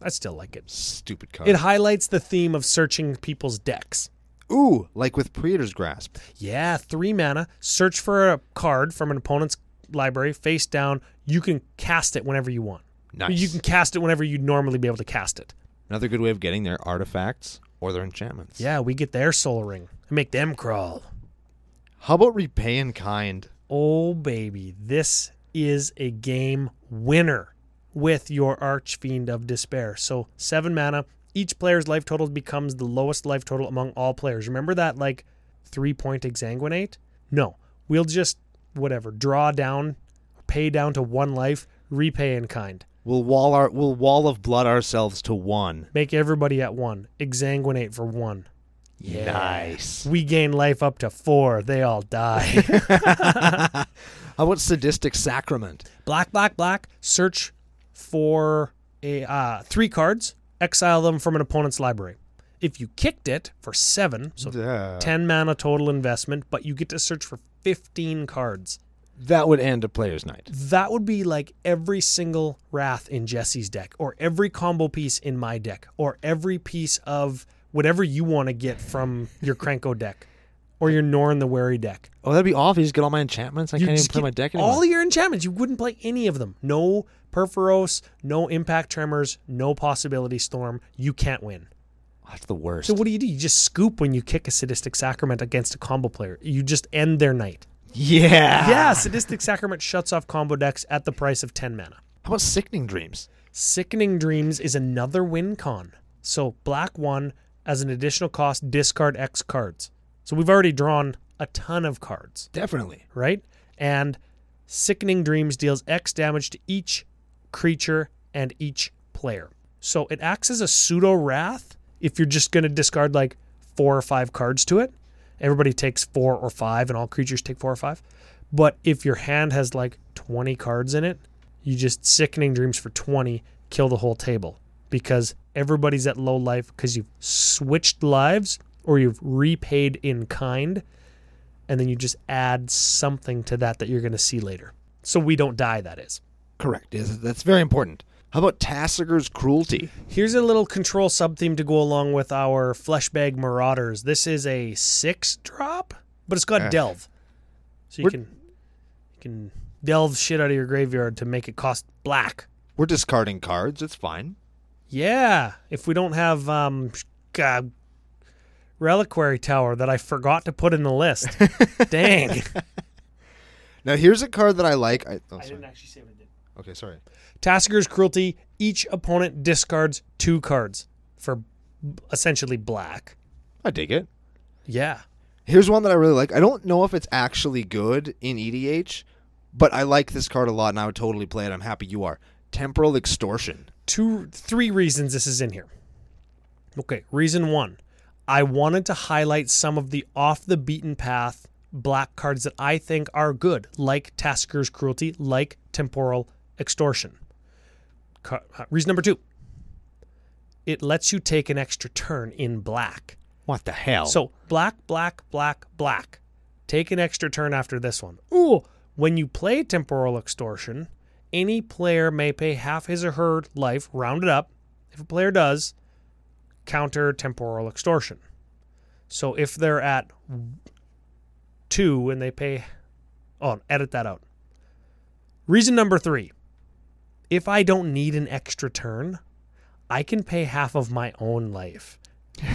I still like it.
Stupid card.
It highlights the theme of searching people's decks.
Ooh, like with Praetor's Grasp.
Yeah, three mana. Search for a card from an opponent's library face down. You can cast it whenever you want.
Nice.
You can cast it whenever you'd normally be able to cast it.
Another good way of getting their artifacts or their enchantments.
Yeah, we get their soul ring and make them crawl.
How about Repay in Kind?
Oh, baby. This is a game winner with your Archfiend of Despair. So, seven mana. Each player's life total becomes the lowest life total among all players. Remember that, like, three point exanguinate? No. We'll just, whatever, draw down, pay down to one life, repay in kind.
We'll wall our we'll wall of blood ourselves to one.
Make everybody at one. Exanguinate for one.
Nice.
We gain life up to four. They all die.
How about sadistic sacrament?
black, black, black. Search for a uh, three cards. Exile them from an opponent's library. If you kicked it for seven, so ten mana total investment, but you get to search for fifteen cards.
That would end a player's night.
That would be like every single Wrath in Jesse's deck, or every combo piece in my deck, or every piece of whatever you want to get from your Cranko deck, or your Norn the Wary deck.
Oh, that'd be awful. You just get all my enchantments. I
You
can't even
just
play
get
my deck anymore.
All your enchantments, you wouldn't play any of them. No Perforos, no Impact Tremors, no Possibility Storm. You can't win.
That's the worst.
So what do you do? You just scoop when you kick a Sadistic Sacrament against a combo player. You just end their night.
yeah.
Yeah, Sadistic Sacrament shuts off combo decks at the price of 10 mana.
How about sickening dreams?
Sickening Dreams is another win con. So black one as an additional cost, discard X cards. So we've already drawn a ton of cards.
Definitely.
right? And Sickening Dreams deals X damage to each creature and each player. So it acts as a pseudo wrath if you're just going to discard like four or five cards to it. Everybody takes four or five, and all creatures take four or five. But if your hand has like 20 cards in it, you just Sickening Dreams for 20, kill the whole table because everybody's at low life because you've switched lives or you've repaid in kind and then you just add something to that that you're going to see later. So we don't die, that is.
Correct. Is that's very important. How about Tassiger's cruelty?
Here's a little control subtheme to go along with our Fleshbag Marauders. This is a six drop, but it's got
Ah.
delve. So you
We're-
can you can delve shit out of your graveyard to make it cost black.
We're discarding cards. It's fine.
Yeah, if we don't have um God, reliquary tower that I forgot to put in the list. Dang.
Now here's a card that I like. I, oh, sorry.
actually say what I did.
Okay, sorry.
Tasker's Cruelty, each opponent discards two cards for b- essentially black.
I dig it.
Yeah.
Here's one that I really like. I don't know if it's actually good in EDH, but I like this card a lot, and I would totally play it. I'm happy you are. Temporal extortion.
Two three reasons this is in here. Okay, reason 1. I wanted to highlight some of the off the beaten path black cards that I think are good, like Tasker's Cruelty, like Temporal Extortion. Ca- uh, Reason number 2. It lets you take an extra turn in black.
What the hell?
So black, black, black, black. Take an extra turn after this one. Ooh, when you play temporal extortion, any player may pay half his or her life, rounded up. If a player does, counter temporal extortion. So if they're at two and they pay, oh, edit that out. Reason number three: if I don't need an extra turn, I can pay half of my own life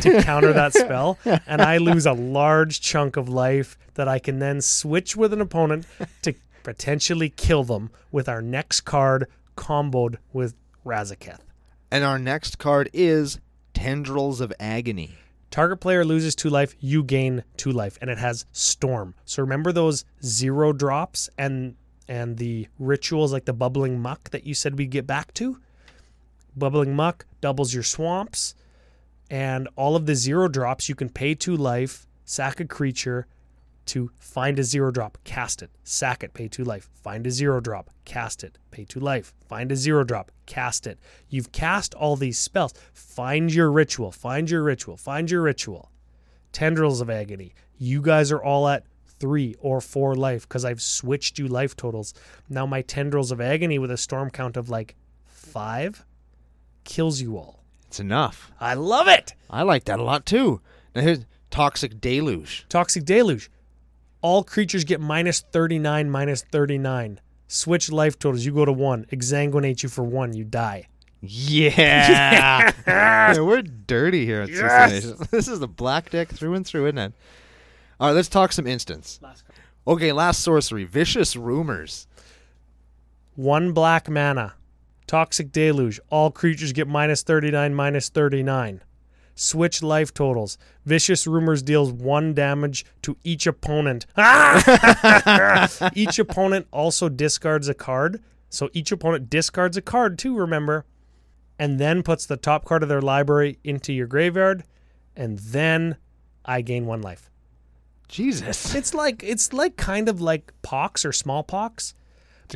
to counter that spell, and I lose a large chunk of life that I can then switch with an opponent to potentially kill them with our next card comboed with Razaketh.
And our next card is Tendrils of Agony.
Target player loses two life, you gain two life, and it has storm. So remember those zero drops and and the rituals like the bubbling muck that you said we'd get back to? Bubbling muck doubles your swamps, and all of the zero drops you can pay two life, sack a creature to find a zero drop, cast it, sack it, pay two life, find a zero drop, cast it, pay two life, find a zero drop, cast it. You've cast all these spells. Find your ritual, find your ritual, find your ritual. Tendrils of Agony. You guys are all at three or four life because I've switched you life totals. Now my Tendrils of Agony with a storm count of like five kills you all.
It's enough.
I love it.
I like that a lot too. Now here's Toxic Deluge.
Toxic Deluge. All creatures get minus 39, minus 39. Switch life totals. You go to one. Exsanguinate you for one. You die.
Yeah. Yeah, we're dirty here at
Yes.
Six Nations. This is the black deck through and through, isn't it? All right, let's talk some instants. Okay, last sorcery. Vicious Rumors.
One black mana. Toxic Deluge. All creatures get minus 39, minus 39. Switch life totals. Vicious Rumors deals one damage to each opponent. Ah! each opponent also discards a card. So each opponent discards a card too, remember. And then puts the top card of their library into your graveyard. And then I gain one life.
Jesus.
It's like it's like kind of like pox or smallpox,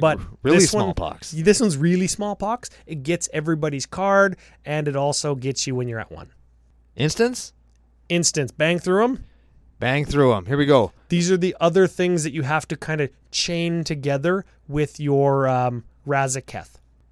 but
really
this one-
smallpox.
This one's really smallpox. It gets everybody's card, and it also gets you when you're at one.
Instants?
Instance, bang through them.
Bang through them. Here we go.
These are the other things that you have to kind of chain together with your um, Razaketh.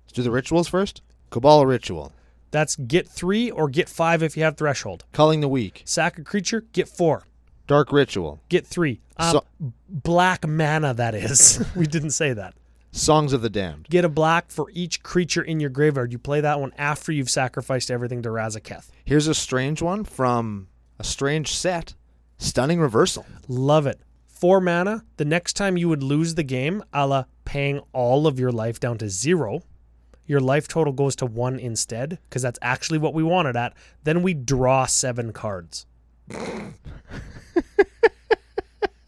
Let's do the rituals first. Cabal Ritual.
That's get three or get five if you have threshold.
Culling the Weak.
Sack a creature, get four,
Dark Ritual.
get three. Um,
So-
black mana, that is. we didn't say that.
Songs of the Damned.
get a black for each creature in your graveyard. You play that one after you've sacrificed everything to Razaketh.
Here's a strange one from a strange set. Stunning Reversal.
Love it. Four mana. The next time you would lose the game, a la paying all of your life down to zero, your life total goes to one instead, because that's actually what we wanted at. Then we draw seven cards.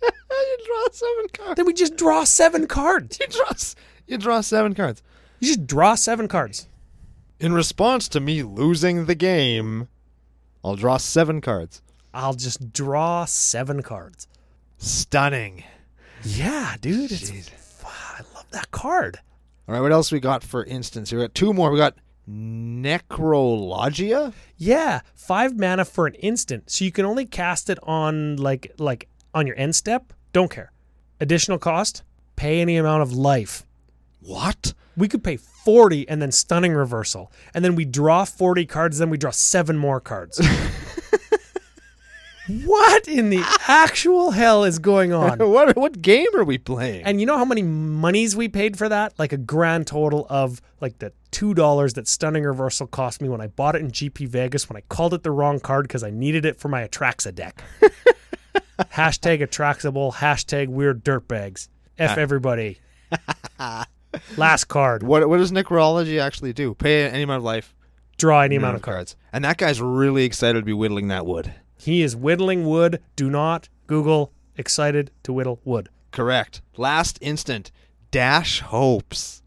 You draw seven cards.
Then we just draw seven cards.
You draw, s- you draw seven cards.
You just draw seven cards.
In response to me losing the game, I'll draw seven cards.
I'll just draw seven cards.
Stunning.
Yeah, dude. It's, Wow, I love that card.
All right, what else we got for instance? We got two more. We got Necrologia.
Yeah, five mana for an instant, so you can only cast it on like like on your end step. Don't care. Additional cost: pay any amount of life.
What?
We could pay forty and then stunning reversal, and then we draw forty cards, then we draw seven more cards. what in the actual hell is going on?
What? What game are we playing?
And you know how many monies we paid for that? Like a grand total of like the two dollars that stunning reversal cost me when I bought it in GP Vegas when I called it the wrong card because I needed it for my Atraxa deck. hashtag Atraxable, hashtag weird dirtbags. F everybody. Last card.
what? What does Necrology actually do? Pay any amount of life.
Draw any amount of cards.
And that guy's really excited to be whittling that wood.
He is whittling wood. Do not Google excited to whittle wood.
Correct. Last instant. Dash hopes.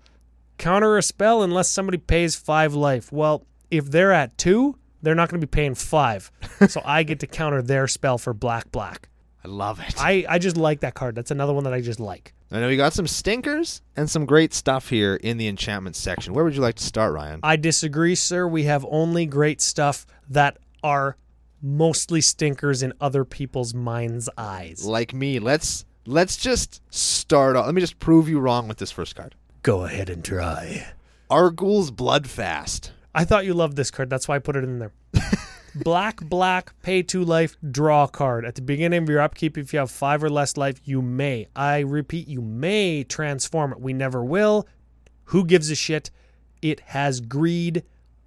counter a spell unless somebody pays five life. Well, if they're at two, they're not going to be paying five. so I get to counter their spell for black, black.
I love it.
I, I just like that card. That's another one that I just like.
I know we got some stinkers and some great stuff here in the enchantment section. Where would you like to start, Ryan?
I disagree, sir. We have only great stuff that are mostly stinkers in other people's minds' eyes.
Like me, let's let's just start off. Let me just prove you wrong with this first card.
Go ahead and try.
Argul's Bloodfast.
I thought you loved this card. That's why I put it in there. black, black, pay two life, draw card. At the beginning of your upkeep, if you have five or less life, you may, I repeat, you may transform it. We never will. Who gives a shit? It has greed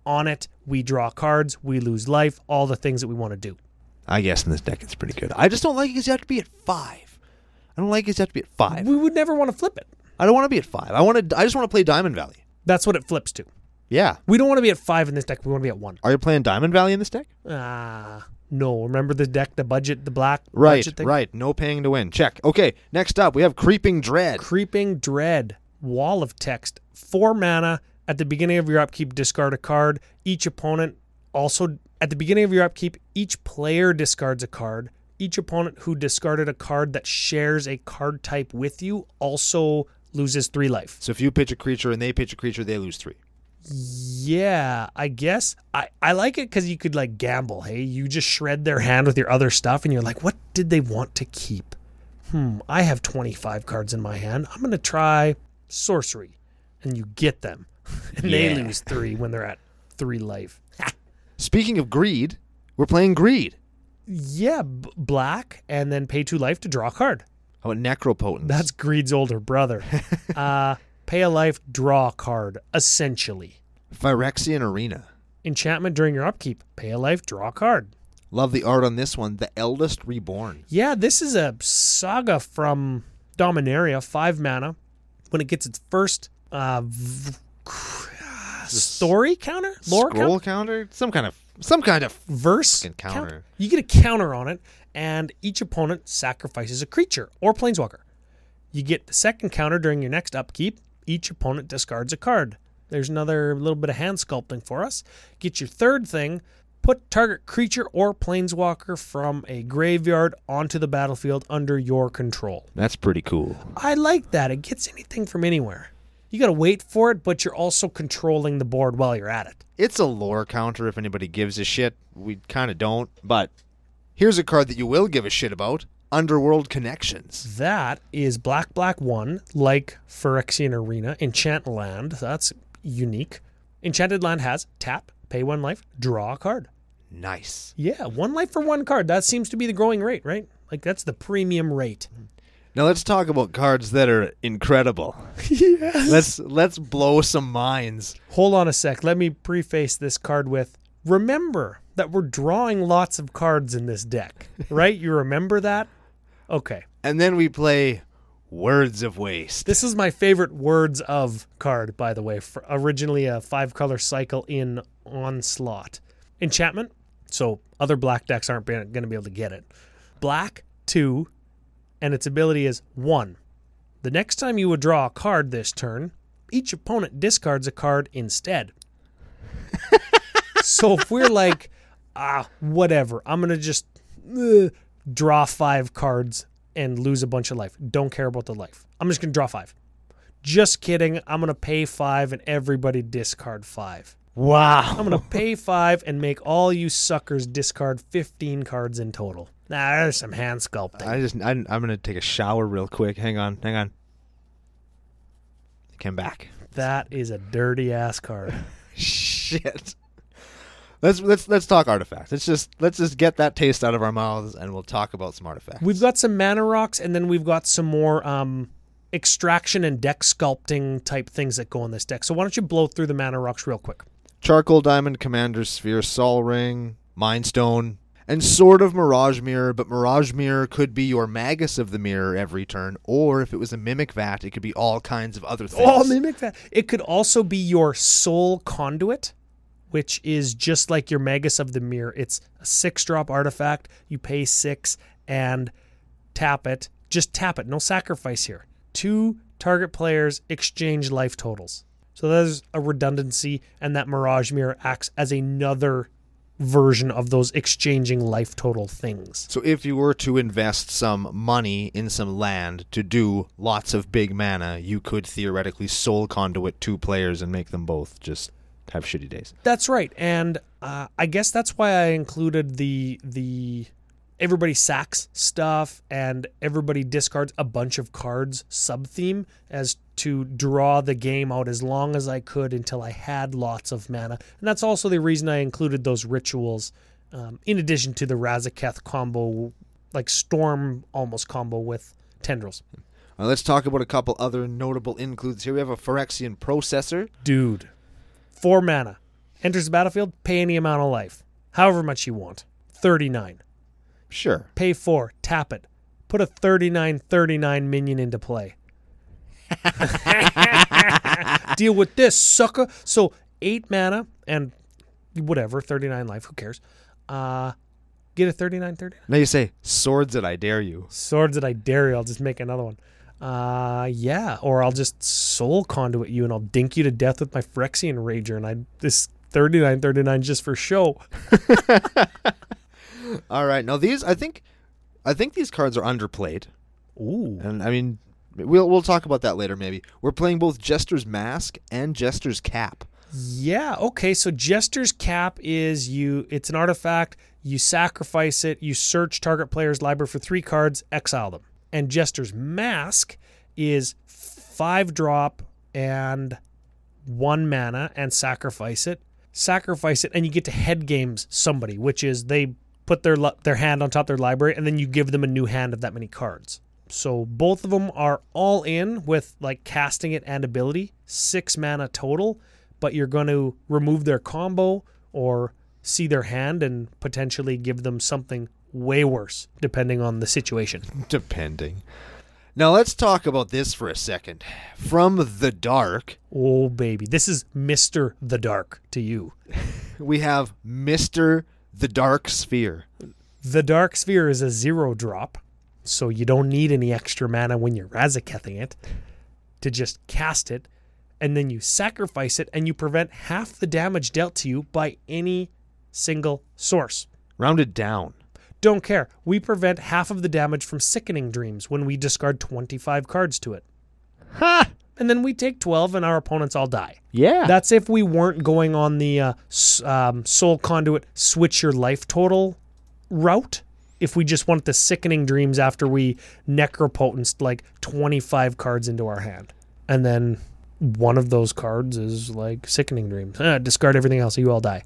on it. We draw cards, we lose life, all the things that we want to do.
I guess in this deck it's pretty good. I just don't like it because you have to be at five. I don't like it 'cause you have to be at five.
We would never want to flip it.
I don't want to be at five. I want to. I just want to play Diamond Valley.
That's what it flips to.
Yeah.
We don't want to be at five in this deck. We want to be at one.
Are you playing Diamond Valley in this deck?
Ah, no. Remember the deck, the budget, the black
Right,
budget thing?
right. No paying to win. Check. Okay, next up, we have Creeping Dread.
Creeping Dread, Wall of Text, four mana. At the beginning of your upkeep, discard a card. Each opponent also, at the beginning of your upkeep, each player discards a card. Each opponent who discarded a card that shares a card type with you also loses three life.
So if you pitch a creature and they pitch a creature, they lose three.
Yeah, I guess I, I like it because you could like gamble. Hey, you just shred their hand with your other stuff, and you're like, what did they want to keep? Hmm, I have 25 cards in my hand. I'm going to try sorcery. And you get them. and they
Yeah.
lose three when they're at three life.
Speaking of greed, we're playing Greed.
Yeah, b- black, and then pay two life to draw a card.
How about Necropotence?
That's Greed's older brother. uh, pay a life, draw a card, essentially.
Phyrexian Arena.
Enchantment during your upkeep. Pay a life, draw a card.
Love the art on this one. The Eldest Reborn.
Yeah, this is a saga from Dominaria, five mana. When it gets its first uh, v- story counter, lore
Scroll
count,
counter? Some kind of some kind of
verse
Fucking
count.
counter.
You get a counter on it, and each opponent sacrifices a creature or planeswalker. You get the second counter during your next upkeep. Each opponent discards a card. There's another little bit of hand sculpting for us. Get your third thing. Put target creature or planeswalker from a graveyard onto the battlefield under your control.
That's pretty cool.
I like that. It gets anything from anywhere. You got to wait for it, but you're also controlling the board while you're at it.
It's a lore counter if anybody gives a shit. We kind of don't, but here's a card that you will give a shit about. Underworld Connections.
That is Black Black 1, like Phyrexian Arena, Enchant Land. That's unique. Enchanted Land has tap, pay one life, draw a card.
Nice.
Yeah, one life for one card. That seems to be the growing rate, right? Like that's the premium rate.
Now let's talk about cards that are incredible. Let's let's blow some minds.
Hold on a sec. Let me preface this card with remember that we're drawing lots of cards in this deck, right? you remember that? Okay.
And then we play Words of Waste.
This is my favorite words of card, by the way. For originally a five color cycle in Onslaught. Enchantment, so other black decks aren't going to be able to get it. Black, two, and its ability is one. The next time you would draw a card this turn, each opponent discards a card instead. so if we're like, ah, whatever, I'm going to just uh, draw five cards and lose a bunch of life. Don't care about the life. I'm just going to draw five. Just kidding. I'm going to pay five and everybody discard five.
Wow.
I'm going to pay five and make all you suckers discard 15 cards in total. Nah, there's some hand sculpting.
I just I, I'm gonna take a shower real quick. Hang on, hang on. Came back.
That is a dirty ass card.
Shit. Let's let's let's talk artifacts. Let's just let's just get that taste out of our mouths, and we'll talk about some artifacts.
We've got some mana rocks, and then we've got some more um, extraction and deck sculpting type things that go in this deck. So why don't you blow through the mana rocks real quick?
Charcoal Diamond, Commander's Sphere, Sol Ring, Mind Stone, and Sword of Mirage Mirror, but Mirage Mirror could be your Magus of the Mirror every turn, or if it was a Mimic Vat, it could be all kinds of other things.
Oh, mimic that. It could also be your soul conduit, which is just like your Magus of the Mirror. It's a six drop artifact. You pay six and tap it. Just tap it. No sacrifice here. Two target players exchange life totals. So there's a redundancy, and that Mirage Mirror acts as another version of those exchanging life total things.
So if you were to invest some money in some land to do lots of big mana, you could theoretically soul conduit two players and make them both just have shitty days.
That's right, and uh, I guess that's why I included the the everybody sacks stuff and everybody discards a bunch of cards sub theme as to draw the game out as long as I could until I had lots of mana, and that's also the reason I included those rituals um, in addition to the Razaketh combo, like storm almost combo with tendrils.
Now let's talk about a couple other notable includes. Here we have a Phyrexian Processor.
Dude, four mana. Enters the battlefield, pay any amount of life, however much you want. 39.
Sure.
Pay four, tap it. Put a 39 39 minion into play. Deal with this, sucker. So eight mana and whatever, 39 life, who cares? Uh, get a 39 39.
Now you say swords that I dare you.
Swords that I dare you, I'll just make another one. Uh, yeah, or I'll just soul conduit you and I'll dink you to death with my Phyrexian Rager and I this 39 39 just for show.
All right. Now these, I think, I think these cards are underplayed,
Ooh.
and I mean, we'll we'll talk about that later. Maybe we're playing both Jester's Mask and Jester's Cap.
Yeah, okay. So Jester's Cap is you it's an artifact, you sacrifice it, you search target player's library for 3 cards, exile them. And Jester's Mask is 5 drop and 1 mana and sacrifice it. Sacrifice it and you get to head games somebody, which is they put their li- their hand on top of their library and then you give them a new hand of that many cards. So both of them are all in with like casting it and ability, 6 mana total but you're going to remove their combo or see their hand and potentially give them something way worse depending on the situation.
Depending. Now let's talk about this for a second. From the dark,
Oh baby, this is Mr. the Dark to you.
we have Mister the Dark Sphere.
The Dark Sphere is a zero drop, so you don't need any extra mana when you're Razakething it to just cast it and then you sacrifice it and you prevent half the damage dealt to you by any single source.
Rounded down.
Don't care. We prevent half of the damage from sickening dreams when we discard 25 cards to it.
Ha!
And then we take 12 and our opponents all die.
Yeah.
That's if we weren't going on the uh, s- um, soul conduit switch your life total route. If we just want the sickening dreams after we necropotenced like 25 cards into our hand. And then one of those cards is like sickening dreams. Ah, discard everything else, you all die.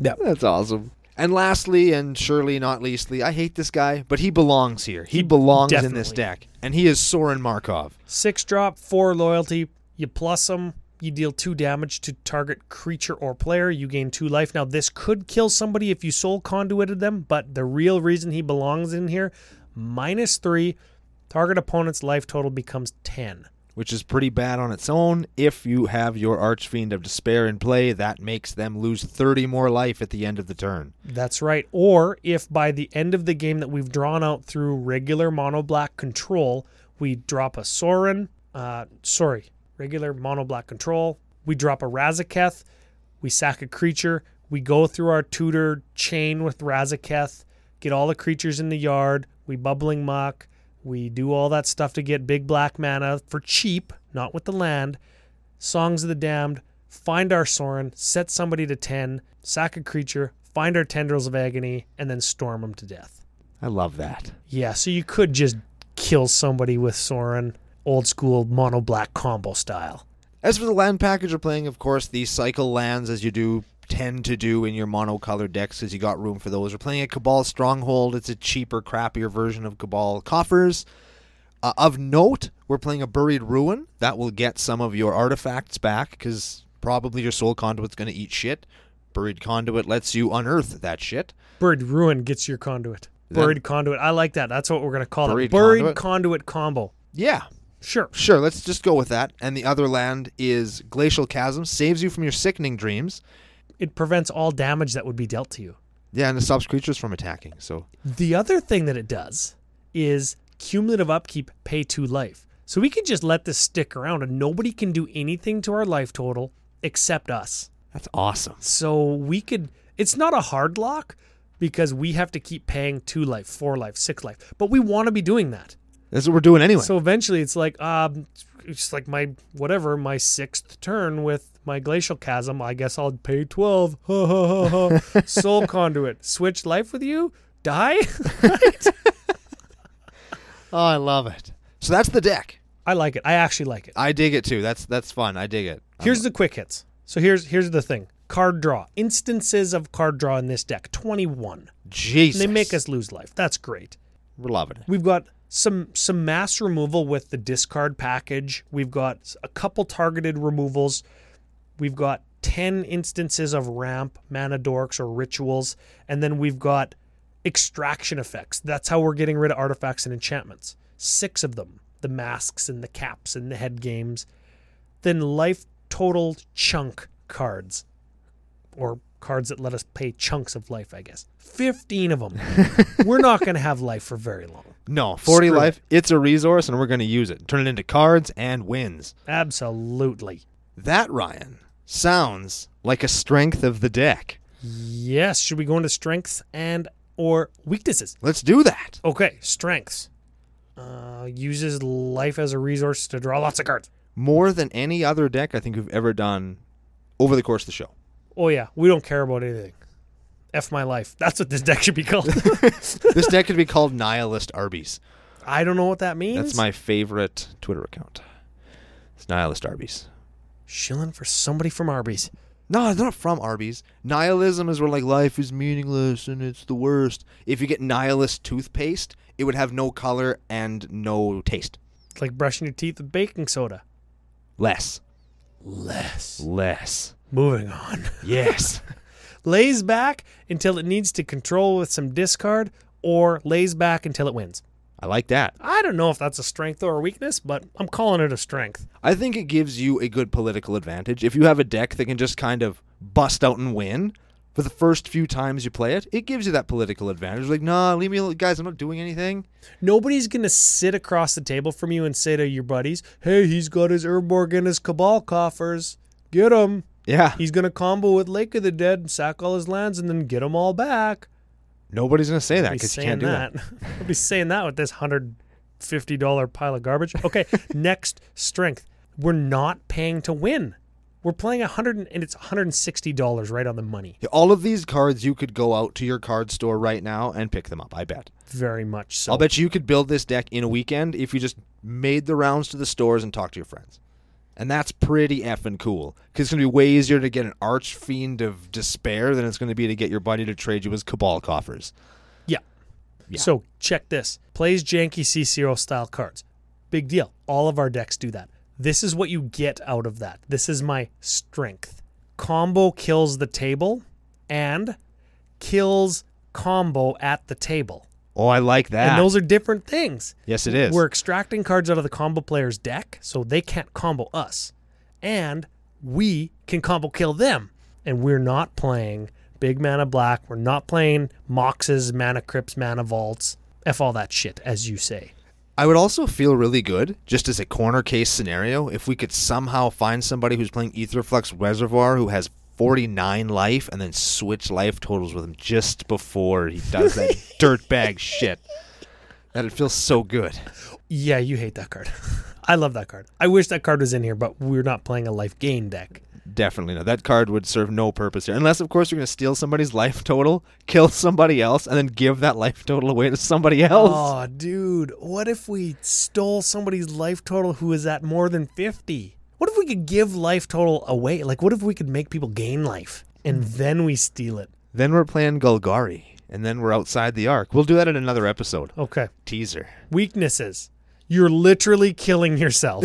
That's awesome. And lastly, and surely not leastly, I hate this guy, but he belongs here. He belongs in this
definitely-
deck, and he is Soren Markov.
Six drop, four loyalty. You plus them. You deal two damage to target creature or player. You gain two life. Now, this could kill somebody if you soul conduited them, but the real reason he belongs in here minus three. Target opponent's life total becomes 10.
which is pretty bad on its own. If you have your Archfiend of Despair in play, that makes them lose 30 more life at the end of the turn.
That's right. Or if by the end of the game that we've drawn out through regular mono black control, we drop a Sorin, uh, sorry, regular mono black control, we drop a Razaketh, we sack a creature, we go through our tutor chain with Razaketh, get all the creatures in the yard, we bubbling muck, we do all that stuff to get big black mana for cheap, not with the land. Songs of the Damned, find our Soren, set somebody to 10, sack a creature, find our Tendrils of Agony, and then storm them to death.
I love that.
Yeah, so you could just kill somebody with Soren, old school mono black combo style.
As for the land package you're playing, of course, the cycle lands as you do tend to do in your monocolor decks because you got room for those. You're playing a Cabal Stronghold. It's a cheaper, crappier version of Cabal Coffers. Uh, of note, we're playing a Buried Ruin. That will get some of your artifacts back because probably your Soul Conduit's going to eat shit. Buried Conduit lets you unearth that shit.
Buried Ruin gets your conduit.
Then-
Buried Conduit. I like that. That's what we're going to call
Buried
it. Buried
Conduit?
conduit. combo.
Yeah,
Sure.
Sure, let's just go with that. And the other land is Glacial Chasm, saves you from your sickening dreams.
It prevents all damage that would be dealt to you.
Yeah, and it stops creatures from attacking. So
The other thing that it does is cumulative upkeep, pay to life. So we can just let this stick around and nobody can do anything to our life total except us.
that's awesome.
So we could, it's not a hard lock because we have to keep paying two life, four life, six life, but we want to be doing that.
That's what we're doing anyway.
So eventually it's like, um, it's like my, whatever, my sixth turn with my glacial chasm. I guess I'll pay 12. Ha, ha, ha, ha. Soul conduit, switch life with you, die.
oh, I love it. So that's the deck.
I like it. I actually like it.
I dig it too. That's that's fun. I dig it. Um,
Here's the quick hits. So here's here's the thing. Card draw. Instances of card draw in this deck. 21.
Jesus.
And they make us lose life. That's great.
We're loving it.
We've got some some mass removal with the discard package. We've got a couple targeted removals. We've got 10 instances of ramp, mana dorks or rituals, and then we've got extraction effects. That's how we're getting rid of artifacts and enchantments. 6 of them. The masks and the caps and the head games. Then life total chunk cards, or cards that let us pay chunks of life. I guess fifteen of them. We're not going to have life for very long.
No, 40
Screw
life, it's a resource and we're going to use it. Turn it into cards and wins.
Absolutely.
That, Ryan, sounds like a strength of the deck.
Yes. Should we go into strengths and or weaknesses?
Let's do that.
Okay, strengths. Uh, uses life as a resource to draw lots of cards.
More than any other deck I think we've ever done over the course of the show.
Oh yeah, we don't care about anything. F my life. That's what this deck should be called.
this deck could be called Nihilist Arby's.
I don't know what that means.
That's my favorite Twitter account. It's Nihilist Arby's.
shilling for somebody from Arby's.
No, it's not from Arby's. Nihilism is where like life is meaningless and it's the worst. If you get nihilist toothpaste, it would have no color and no taste.
It's like brushing your teeth with baking soda.
Less.
Less.
Less.
Moving on.
Yes.
lays back until it needs to control with some discard, or lays back until it wins.
I like that.
I don't know if that's a strength or a weakness, but I'm calling it a strength.
I think it gives you a good political advantage. If you have a deck that can just kind of bust out and win for the first few times you play it, it gives you that political advantage. Like, nah, leave me alone, guys, I'm not doing anything.
Nobody's going to sit across the table from you and say to your buddies, hey, he's got his Urborg and his Cabal coffers. Get him.
Yeah.
He's going to combo with Lake of the Dead, sack all his lands, and then get 'em all back.
Nobody's gonna say that
be
because you
saying
can't do that.
that. I'll be saying that with this hundred fifty dollar pile of garbage. Okay, next strength. We're not paying to win. We're playing a hundred and and it's one hundred and sixty dollars right on the money.
All of these cards you could go out to your card store right now and pick them up, I bet.
Very much so.
I'll bet you could build this deck in a weekend if you just made the rounds to the stores and talked to your friends. And that's pretty effing cool. Because it's going to be way easier to get an archfiend of despair than it's going to be to get your buddy to trade you his cabal coffers.
yeah.
Yeah.
So check this. Plays janky C zero style cards. Big deal. All of our decks do that. This is what you get out of that. This is my strength. Combo kills the table and kills combo at the table.
Oh, I like that.
And those are different things.
yes, it is.
We're extracting cards out of the combo player's deck, so they can't combo us. And we can combo kill them. And we're not playing big mana black. We're not playing Moxes, mana crypts, mana vaults. F all that shit, as you say.
I would also feel really good, just as a corner case scenario, if we could somehow find somebody who's playing Etherflux Reservoir who has 49 life and then switch life totals with him just before he does that dirtbag shit. That'd feel so good.
Yeah, you hate that card. I love that card. I wish that card was in here, but we're not playing a life gain deck.
Definitely no. That card would serve no purpose here. Unless, of course, you're going to steal somebody's life total, kill somebody else, and then give that life total away to somebody else.
Oh, dude, what if we stole somebody's life total who is at more than 50? What if we could give life total away? Like, what if we could make people gain life and then we steal it?
Then we're playing Golgari, and then we're outside the arc. We'll do that in another episode.
Okay.
Teaser.
Weaknesses. You're literally killing yourself.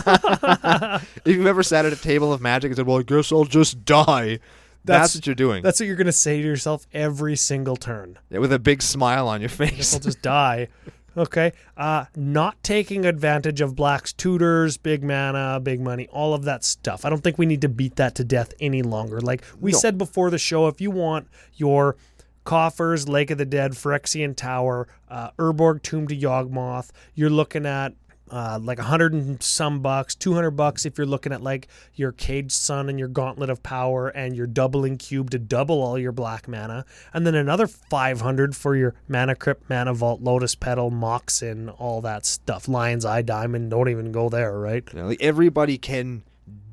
If you've ever sat at a table of magic and said, "Well, I guess I'll just die," that's,
That's-
what you're doing
That's what you're going to say to yourself every single turn.
Yeah, with a big smile on your
Guess I'll
face.
just die. Okay. Uh, not taking advantage of Black's tutors, big mana, big money, all of that stuff. I don't think we need to beat that to death any longer. Like we
No.
said before the show, if you want your coffers, Lake of the Dead, Phyrexian Tower, uh, Urborg Tomb to Yawgmoth, you're looking at. Uh, like a hundred and some bucks, two hundred bucks if you're looking at like your Cage Sun and your Gauntlet of Power and your doubling cube to double all your black mana, and then another five hundred for your Mana Crypt, Mana Vault, Lotus Petal, Moxin, all that stuff. Lion's Eye Diamond, don't even go there, right?
You know, like everybody can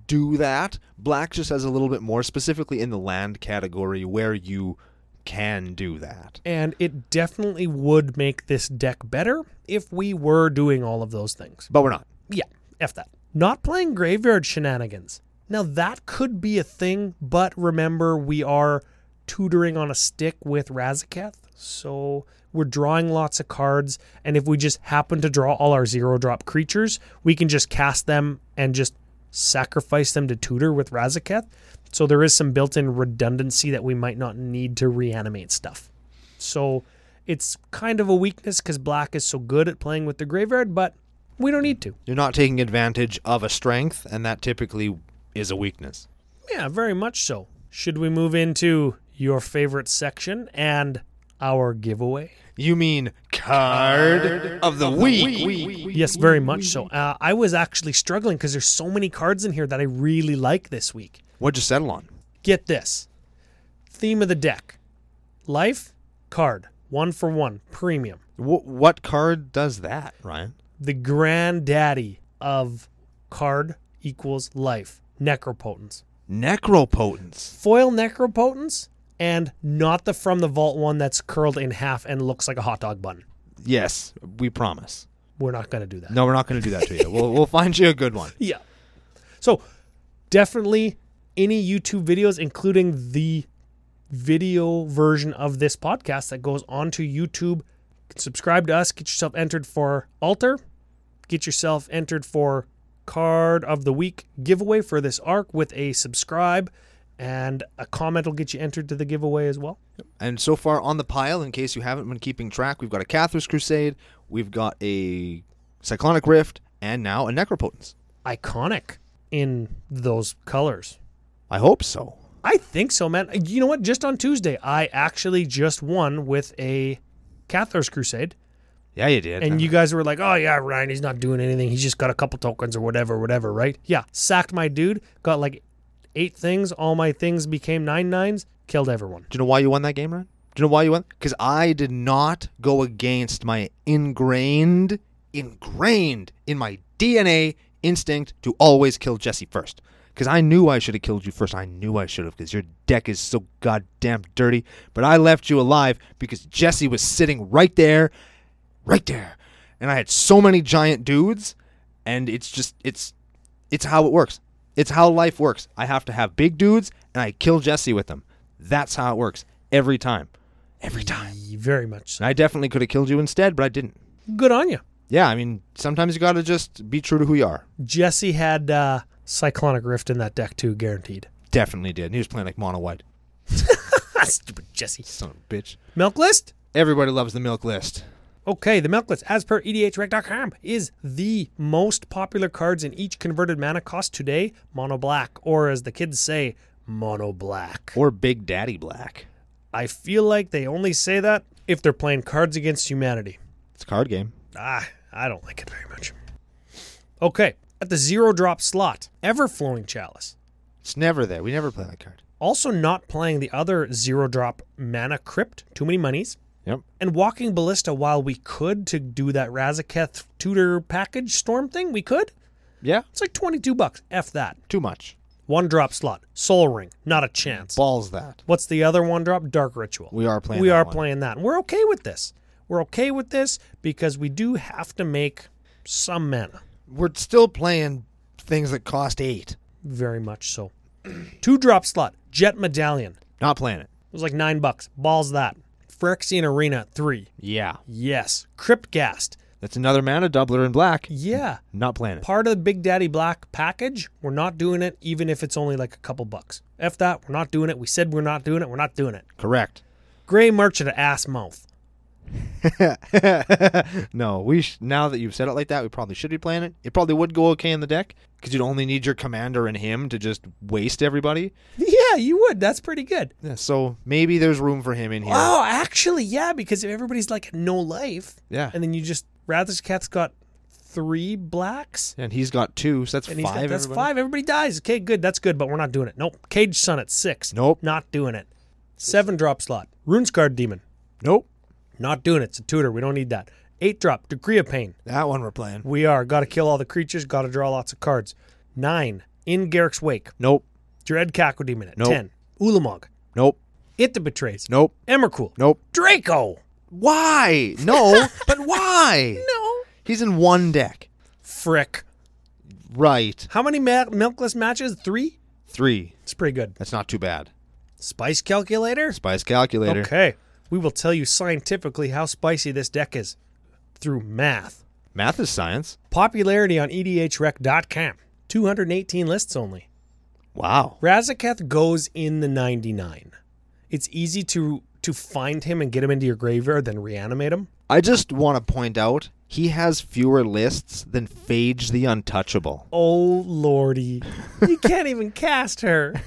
do that. Black just has a little bit more, specifically in the land category, where you can do that.
And it definitely would make this deck better if we were doing all of those things.
But we're not.
Yeah, F that. Not playing graveyard shenanigans. Now, that could be a thing, but remember, we are tutoring on a stick with Razaketh. So we're drawing lots of cards. And if we just happen to draw all our zero drop creatures, we can just cast them and just sacrifice them to tutor with Razaketh. So there is some built in redundancy that we might not need to reanimate stuff. So it's kind of a weakness because black is so good at playing with the graveyard, but we don't need to.
You're not taking advantage of a strength, and that typically is a weakness.
Yeah, very much so. Should we move into your favorite section and our giveaway?
You mean card, of the week?
Yes, very much so. Uh, I was actually struggling because there's so many cards in here that I really like this week.
What'd you settle on?
Get this theme of the deck life card, one for one, premium.
Wh- what card does that, Ryan?
The granddaddy of card equals life, Necropotence.
Necropotence.
Foil Necropotence and not the from the vault one that's curled in half and looks like a hot dog bun.
Yes, we promise.
We're not going to do that.
No, we're not going to do that to you. We'll, we'll find you a good one.
Yeah. So definitely any YouTube videos, including the video version of this podcast that goes onto YouTube. Subscribe to us, get yourself entered for Alter, get yourself entered for Card of the Week giveaway for this arc with a subscribe, and a comment will get you entered to the giveaway as well.
And so far on the pile, in case you haven't been keeping track, we've got a Cathar's Crusade, we've got a Cyclonic Rift, and now a Necropotence.
Iconic in those colors.
I hope so.
I think so, man. You know what? Just on Tuesday, I actually just won with a Cathar's Crusade.
Yeah, you did.
And you guys were like, oh, yeah, Ryan, he's not doing anything. He's just got a couple tokens or whatever, whatever, right? Yeah. Sacked my dude, got like eight things. All my things became nine nines, killed everyone.
Do you know why you won that game, Ryan? Do you know why you won? Because I did not go against my ingrained, ingrained in my DNA instinct to always kill Jesse first. Because I knew I should have killed you first. I knew I should have. Because your deck is so goddamn dirty. But I left you alive because Jesse was sitting right there, right there. And I had so many giant dudes. And it's just, it's, it's how it works. It's how life works. I have to have big dudes and I kill Jesse with them. That's how it works every time. Every time.
Very much so.
And I definitely could have killed you instead, but I didn't.
Good on you.
Yeah, I mean, sometimes you got to just be true to who you are.
Jesse had uh, Cyclonic Rift in that deck too, guaranteed.
Definitely did. And he was playing like Mono White.
Stupid Jesse.
Son of a bitch.
Milk list?
Everybody loves the milk list.
Okay, the milk list, as per E edhrec.com, is the most popular cards in each converted mana cost today, mono black, or as the kids say, mono black.
Or Big Daddy Black.
I feel like they only say that if they're playing Cards Against Humanity.
It's a card game.
Ah, I don't like it very much. Okay, at the zero drop slot, Everflowing Chalice.
It's never there. We never play that card.
Also, not playing the other zero drop mana crypt, too many monies.
Yep.
And Walking Ballista, while we could to do that Razaketh Tutor package storm thing, we could.
Yeah.
It's like 22 bucks. F that.
Too much.
One drop slot. Soul Ring. Not a chance.
Balls that.
What's the other one drop? Dark Ritual.
We are playing
We
that
are
one.
playing that. We're okay with this. We're okay with this because we do have to make some mana.
We're still playing things that cost eight.
Very much so. Two drop slot. Jet Medallion.
Not playing it.
It was like nine bucks. Balls that. Phyrexian Arena at three.
Yeah.
Yes. Crypt Gast.
That's another mana doubler in black.
Yeah.
Not playing it.
Part of the Big Daddy Black package, we're not doing it, even if it's only like a couple bucks. F that, we're not doing it. We said we're not doing it, we're not doing it.
Correct.
Gray Merchant of Ass Mouth.
no, we sh- now that you've said it like that, we probably should be playing it. It probably would go okay in the deck because you'd only need your commander and him to just waste everybody.
Yeah, you would. That's pretty good.
Yeah, so maybe there's room for him in here.
Oh, actually, yeah, because if everybody's like no life,
Yeah,
and then you just Rather's has got three blacks,
and he's got two, so that's
and he's
five.
got that's
everybody.
five. Everybody dies. Okay, good. That's good, but we're not doing it. Nope. Cage Sun at six.
Nope.
Not doing it. Seven drop slot. Runescarred Demon.
Nope,
Not doing it. It's a tutor. We don't need that. Eight drop. Degree of Pain.
that one we're playing.
We are. Got to kill all the creatures. Got to draw lots of cards. Nine. In Garrick's Wake.
Nope,
Dread Cacodemon at
Nope.
ten. Ulamog.
nope,
It the Betrays.
nope,
Emmercool.
nope.
Draco.
Why? No, but why?
No.
He's in one deck.
Frick.
Right,
How many ma- milkless matches? Three?
three.
It's pretty good.
That's not too bad.
Spice calculator?
Spice calculator.
Okay. We will tell you scientifically how spicy this deck is through math.
Math is science.
Popularity on E edhrec.com. 218 lists only.
Wow.
Razaketh goes in the 99. It's easy to to find him and get him into your graveyard, then reanimate him.
I just want to point out He has fewer lists than Phage the Untouchable.
Oh lordy, you can't even cast her.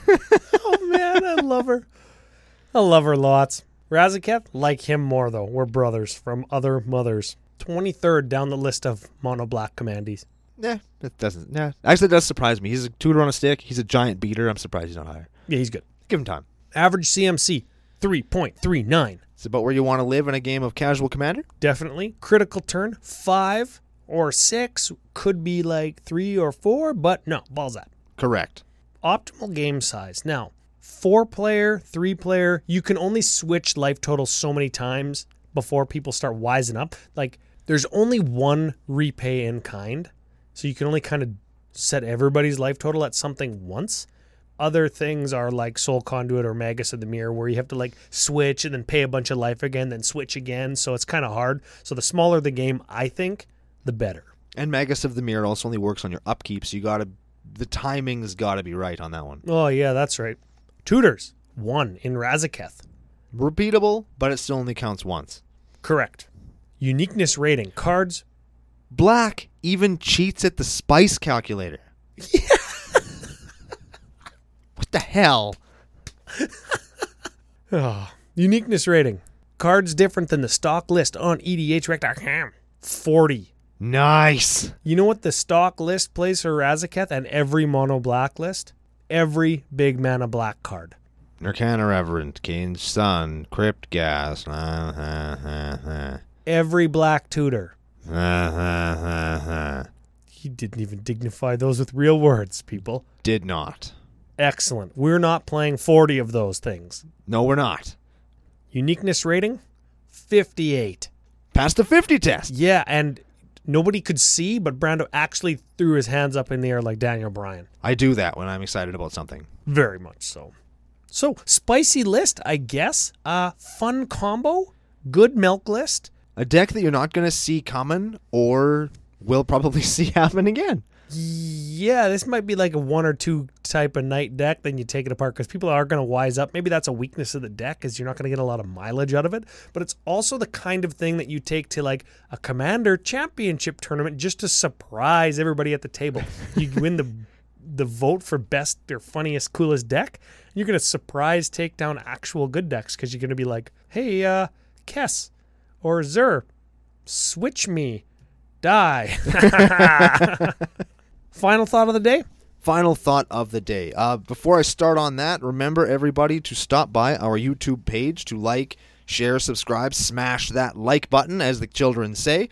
Oh man, I love her. I love her lots. Razaketh, like him more though. We're brothers from other mothers. Twenty third down the list of mono black commandees.
Nah, that doesn't. Nah, actually, that does surprise me. He's a tutor on a stick. He's a giant beater. I'm surprised he's not higher.
Yeah, he's good.
Give him time.
Average CMC, three point three nine.
It's about where you want to live in a game of casual commander.
definitely. Critical turn, five or six, could be like three or four, but no, balls out.
Correct.
Optimal game size. Now, four player, three player, you can only switch life total so many times before people start wising up. Like, there's only one repay in kind, so you can only kind of set everybody's life total at something once. Other things are like Soul Conduit or Magus of the Mirror, where you have to like switch and then pay a bunch of life again, then switch again. So it's kind of hard. So the smaller the game, I think, the better.
And Magus of the Mirror also only works on your upkeep, so you gotta. The timing's gotta be right on that one.
Oh, yeah, that's right. Tutors, one in Razaketh.
Repeatable, but it still only counts once.
Correct. Uniqueness rating. Cards.
Black even cheats at the spice calculator. what the hell?
Ah, uniqueness rating. Cards different than the stock list on E EDHREC.com. 40.
Nice.
You know what the stock list plays for Razaketh and every mono black list? Every big mana black card.
Nurkana Reverend, King's son, Crypt Gas. uh, uh, uh, uh.
Every black tutor.
Uh, uh, uh, uh.
He didn't even dignify those with real words, people.
Did not.
Excellent. We're not playing 40 of those things.
No, we're not.
Uniqueness rating? 58.
Passed the 50 test.
Yeah, and nobody could see, but Brando actually threw his hands up in the air like Daniel Bryan.
I do that when I'm excited about something.
Very much so. So, spicy list, I guess. Uh, fun combo, good milk list.
A deck that you're not going to see coming or will probably see happen again.
Yeah, this might be like a one or two type of night deck. Then you take it apart because people are going to wise up. Maybe that's a weakness of the deck is you're not going to get a lot of mileage out of it. But it's also the kind of thing that you take to like a commander championship tournament just to surprise everybody at the table. You win the the vote for best or funniest, coolest deck. You're going to surprise take down actual good decks because you're going to be like, hey, uh, Kess or Zer, switch me, die. Final thought of the day?
Final thought of the day. Uh, before I start on that, remember everybody to stop by our YouTube page to like, share, subscribe, smash that like button, as the children say,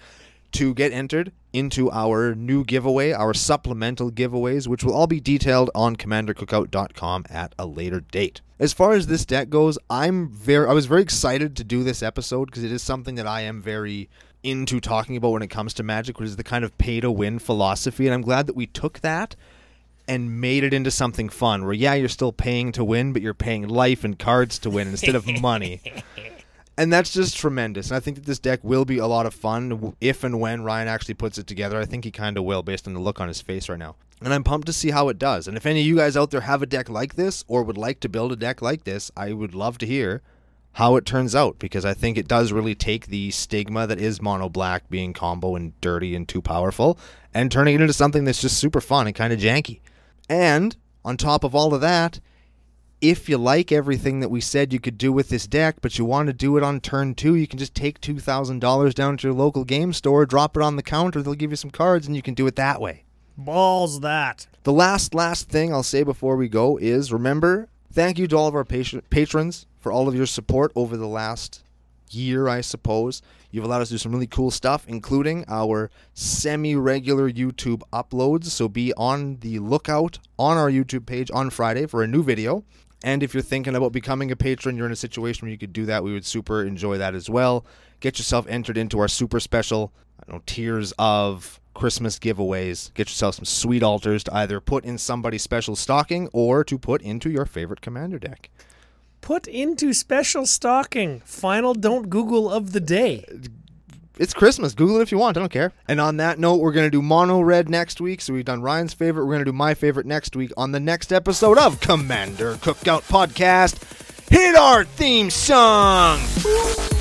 to get entered into our new giveaway, our supplemental giveaways, which will all be detailed on commandercookout.com at a later date. As far as this deck goes, I'm very I was very excited to do this episode because it is something that I am very into talking about when it comes to magic, which is the kind of pay to win philosophy, and I'm glad that we took that and made it into something fun where yeah, you're still paying to win, but you're paying life and cards to win instead of money. And that's just tremendous. And I think that this deck will be a lot of fun w- if and when Ryan actually puts it together. I think he kind of will based on the look on his face right now. And I'm pumped to see how it does. And if any of you guys out there have a deck like this or would like to build a deck like this, I would love to hear how it turns out because I think it does really take the stigma that is mono black being combo and dirty and too powerful and turning it into something that's just super fun and kind of janky. And on top of all of that, if you like everything that we said you could do with this deck, but you want to do it on turn two, you can just take $2,000 down to your local game store, drop it on the counter, they'll give you some cards, and you can do it that way.
Balls that.
The last, last thing I'll say before we go is remember, thank you to all of our patron- patrons for all of your support over the last year, I suppose. You've allowed us to do some really cool stuff, including our semi regular YouTube uploads. So be on the lookout on our YouTube page on Friday for a new video. And if you're thinking about becoming a patron, you're in a situation where you could do that. We would super enjoy that as well. Get yourself entered into our super special, I don't know, tiers of Christmas giveaways. Get yourself some sweet altars to either put in somebody's special stocking or to put into your favorite commander deck.
Put into special stocking. Final don't Google of the day.
It's Christmas. Google it if you want. I don't care. And on that note, we're going to do Mono Red next week. So we've done Ryan's favorite. We're going to do my favorite next week on the next episode of Commander Cookout Podcast. Hit our theme song!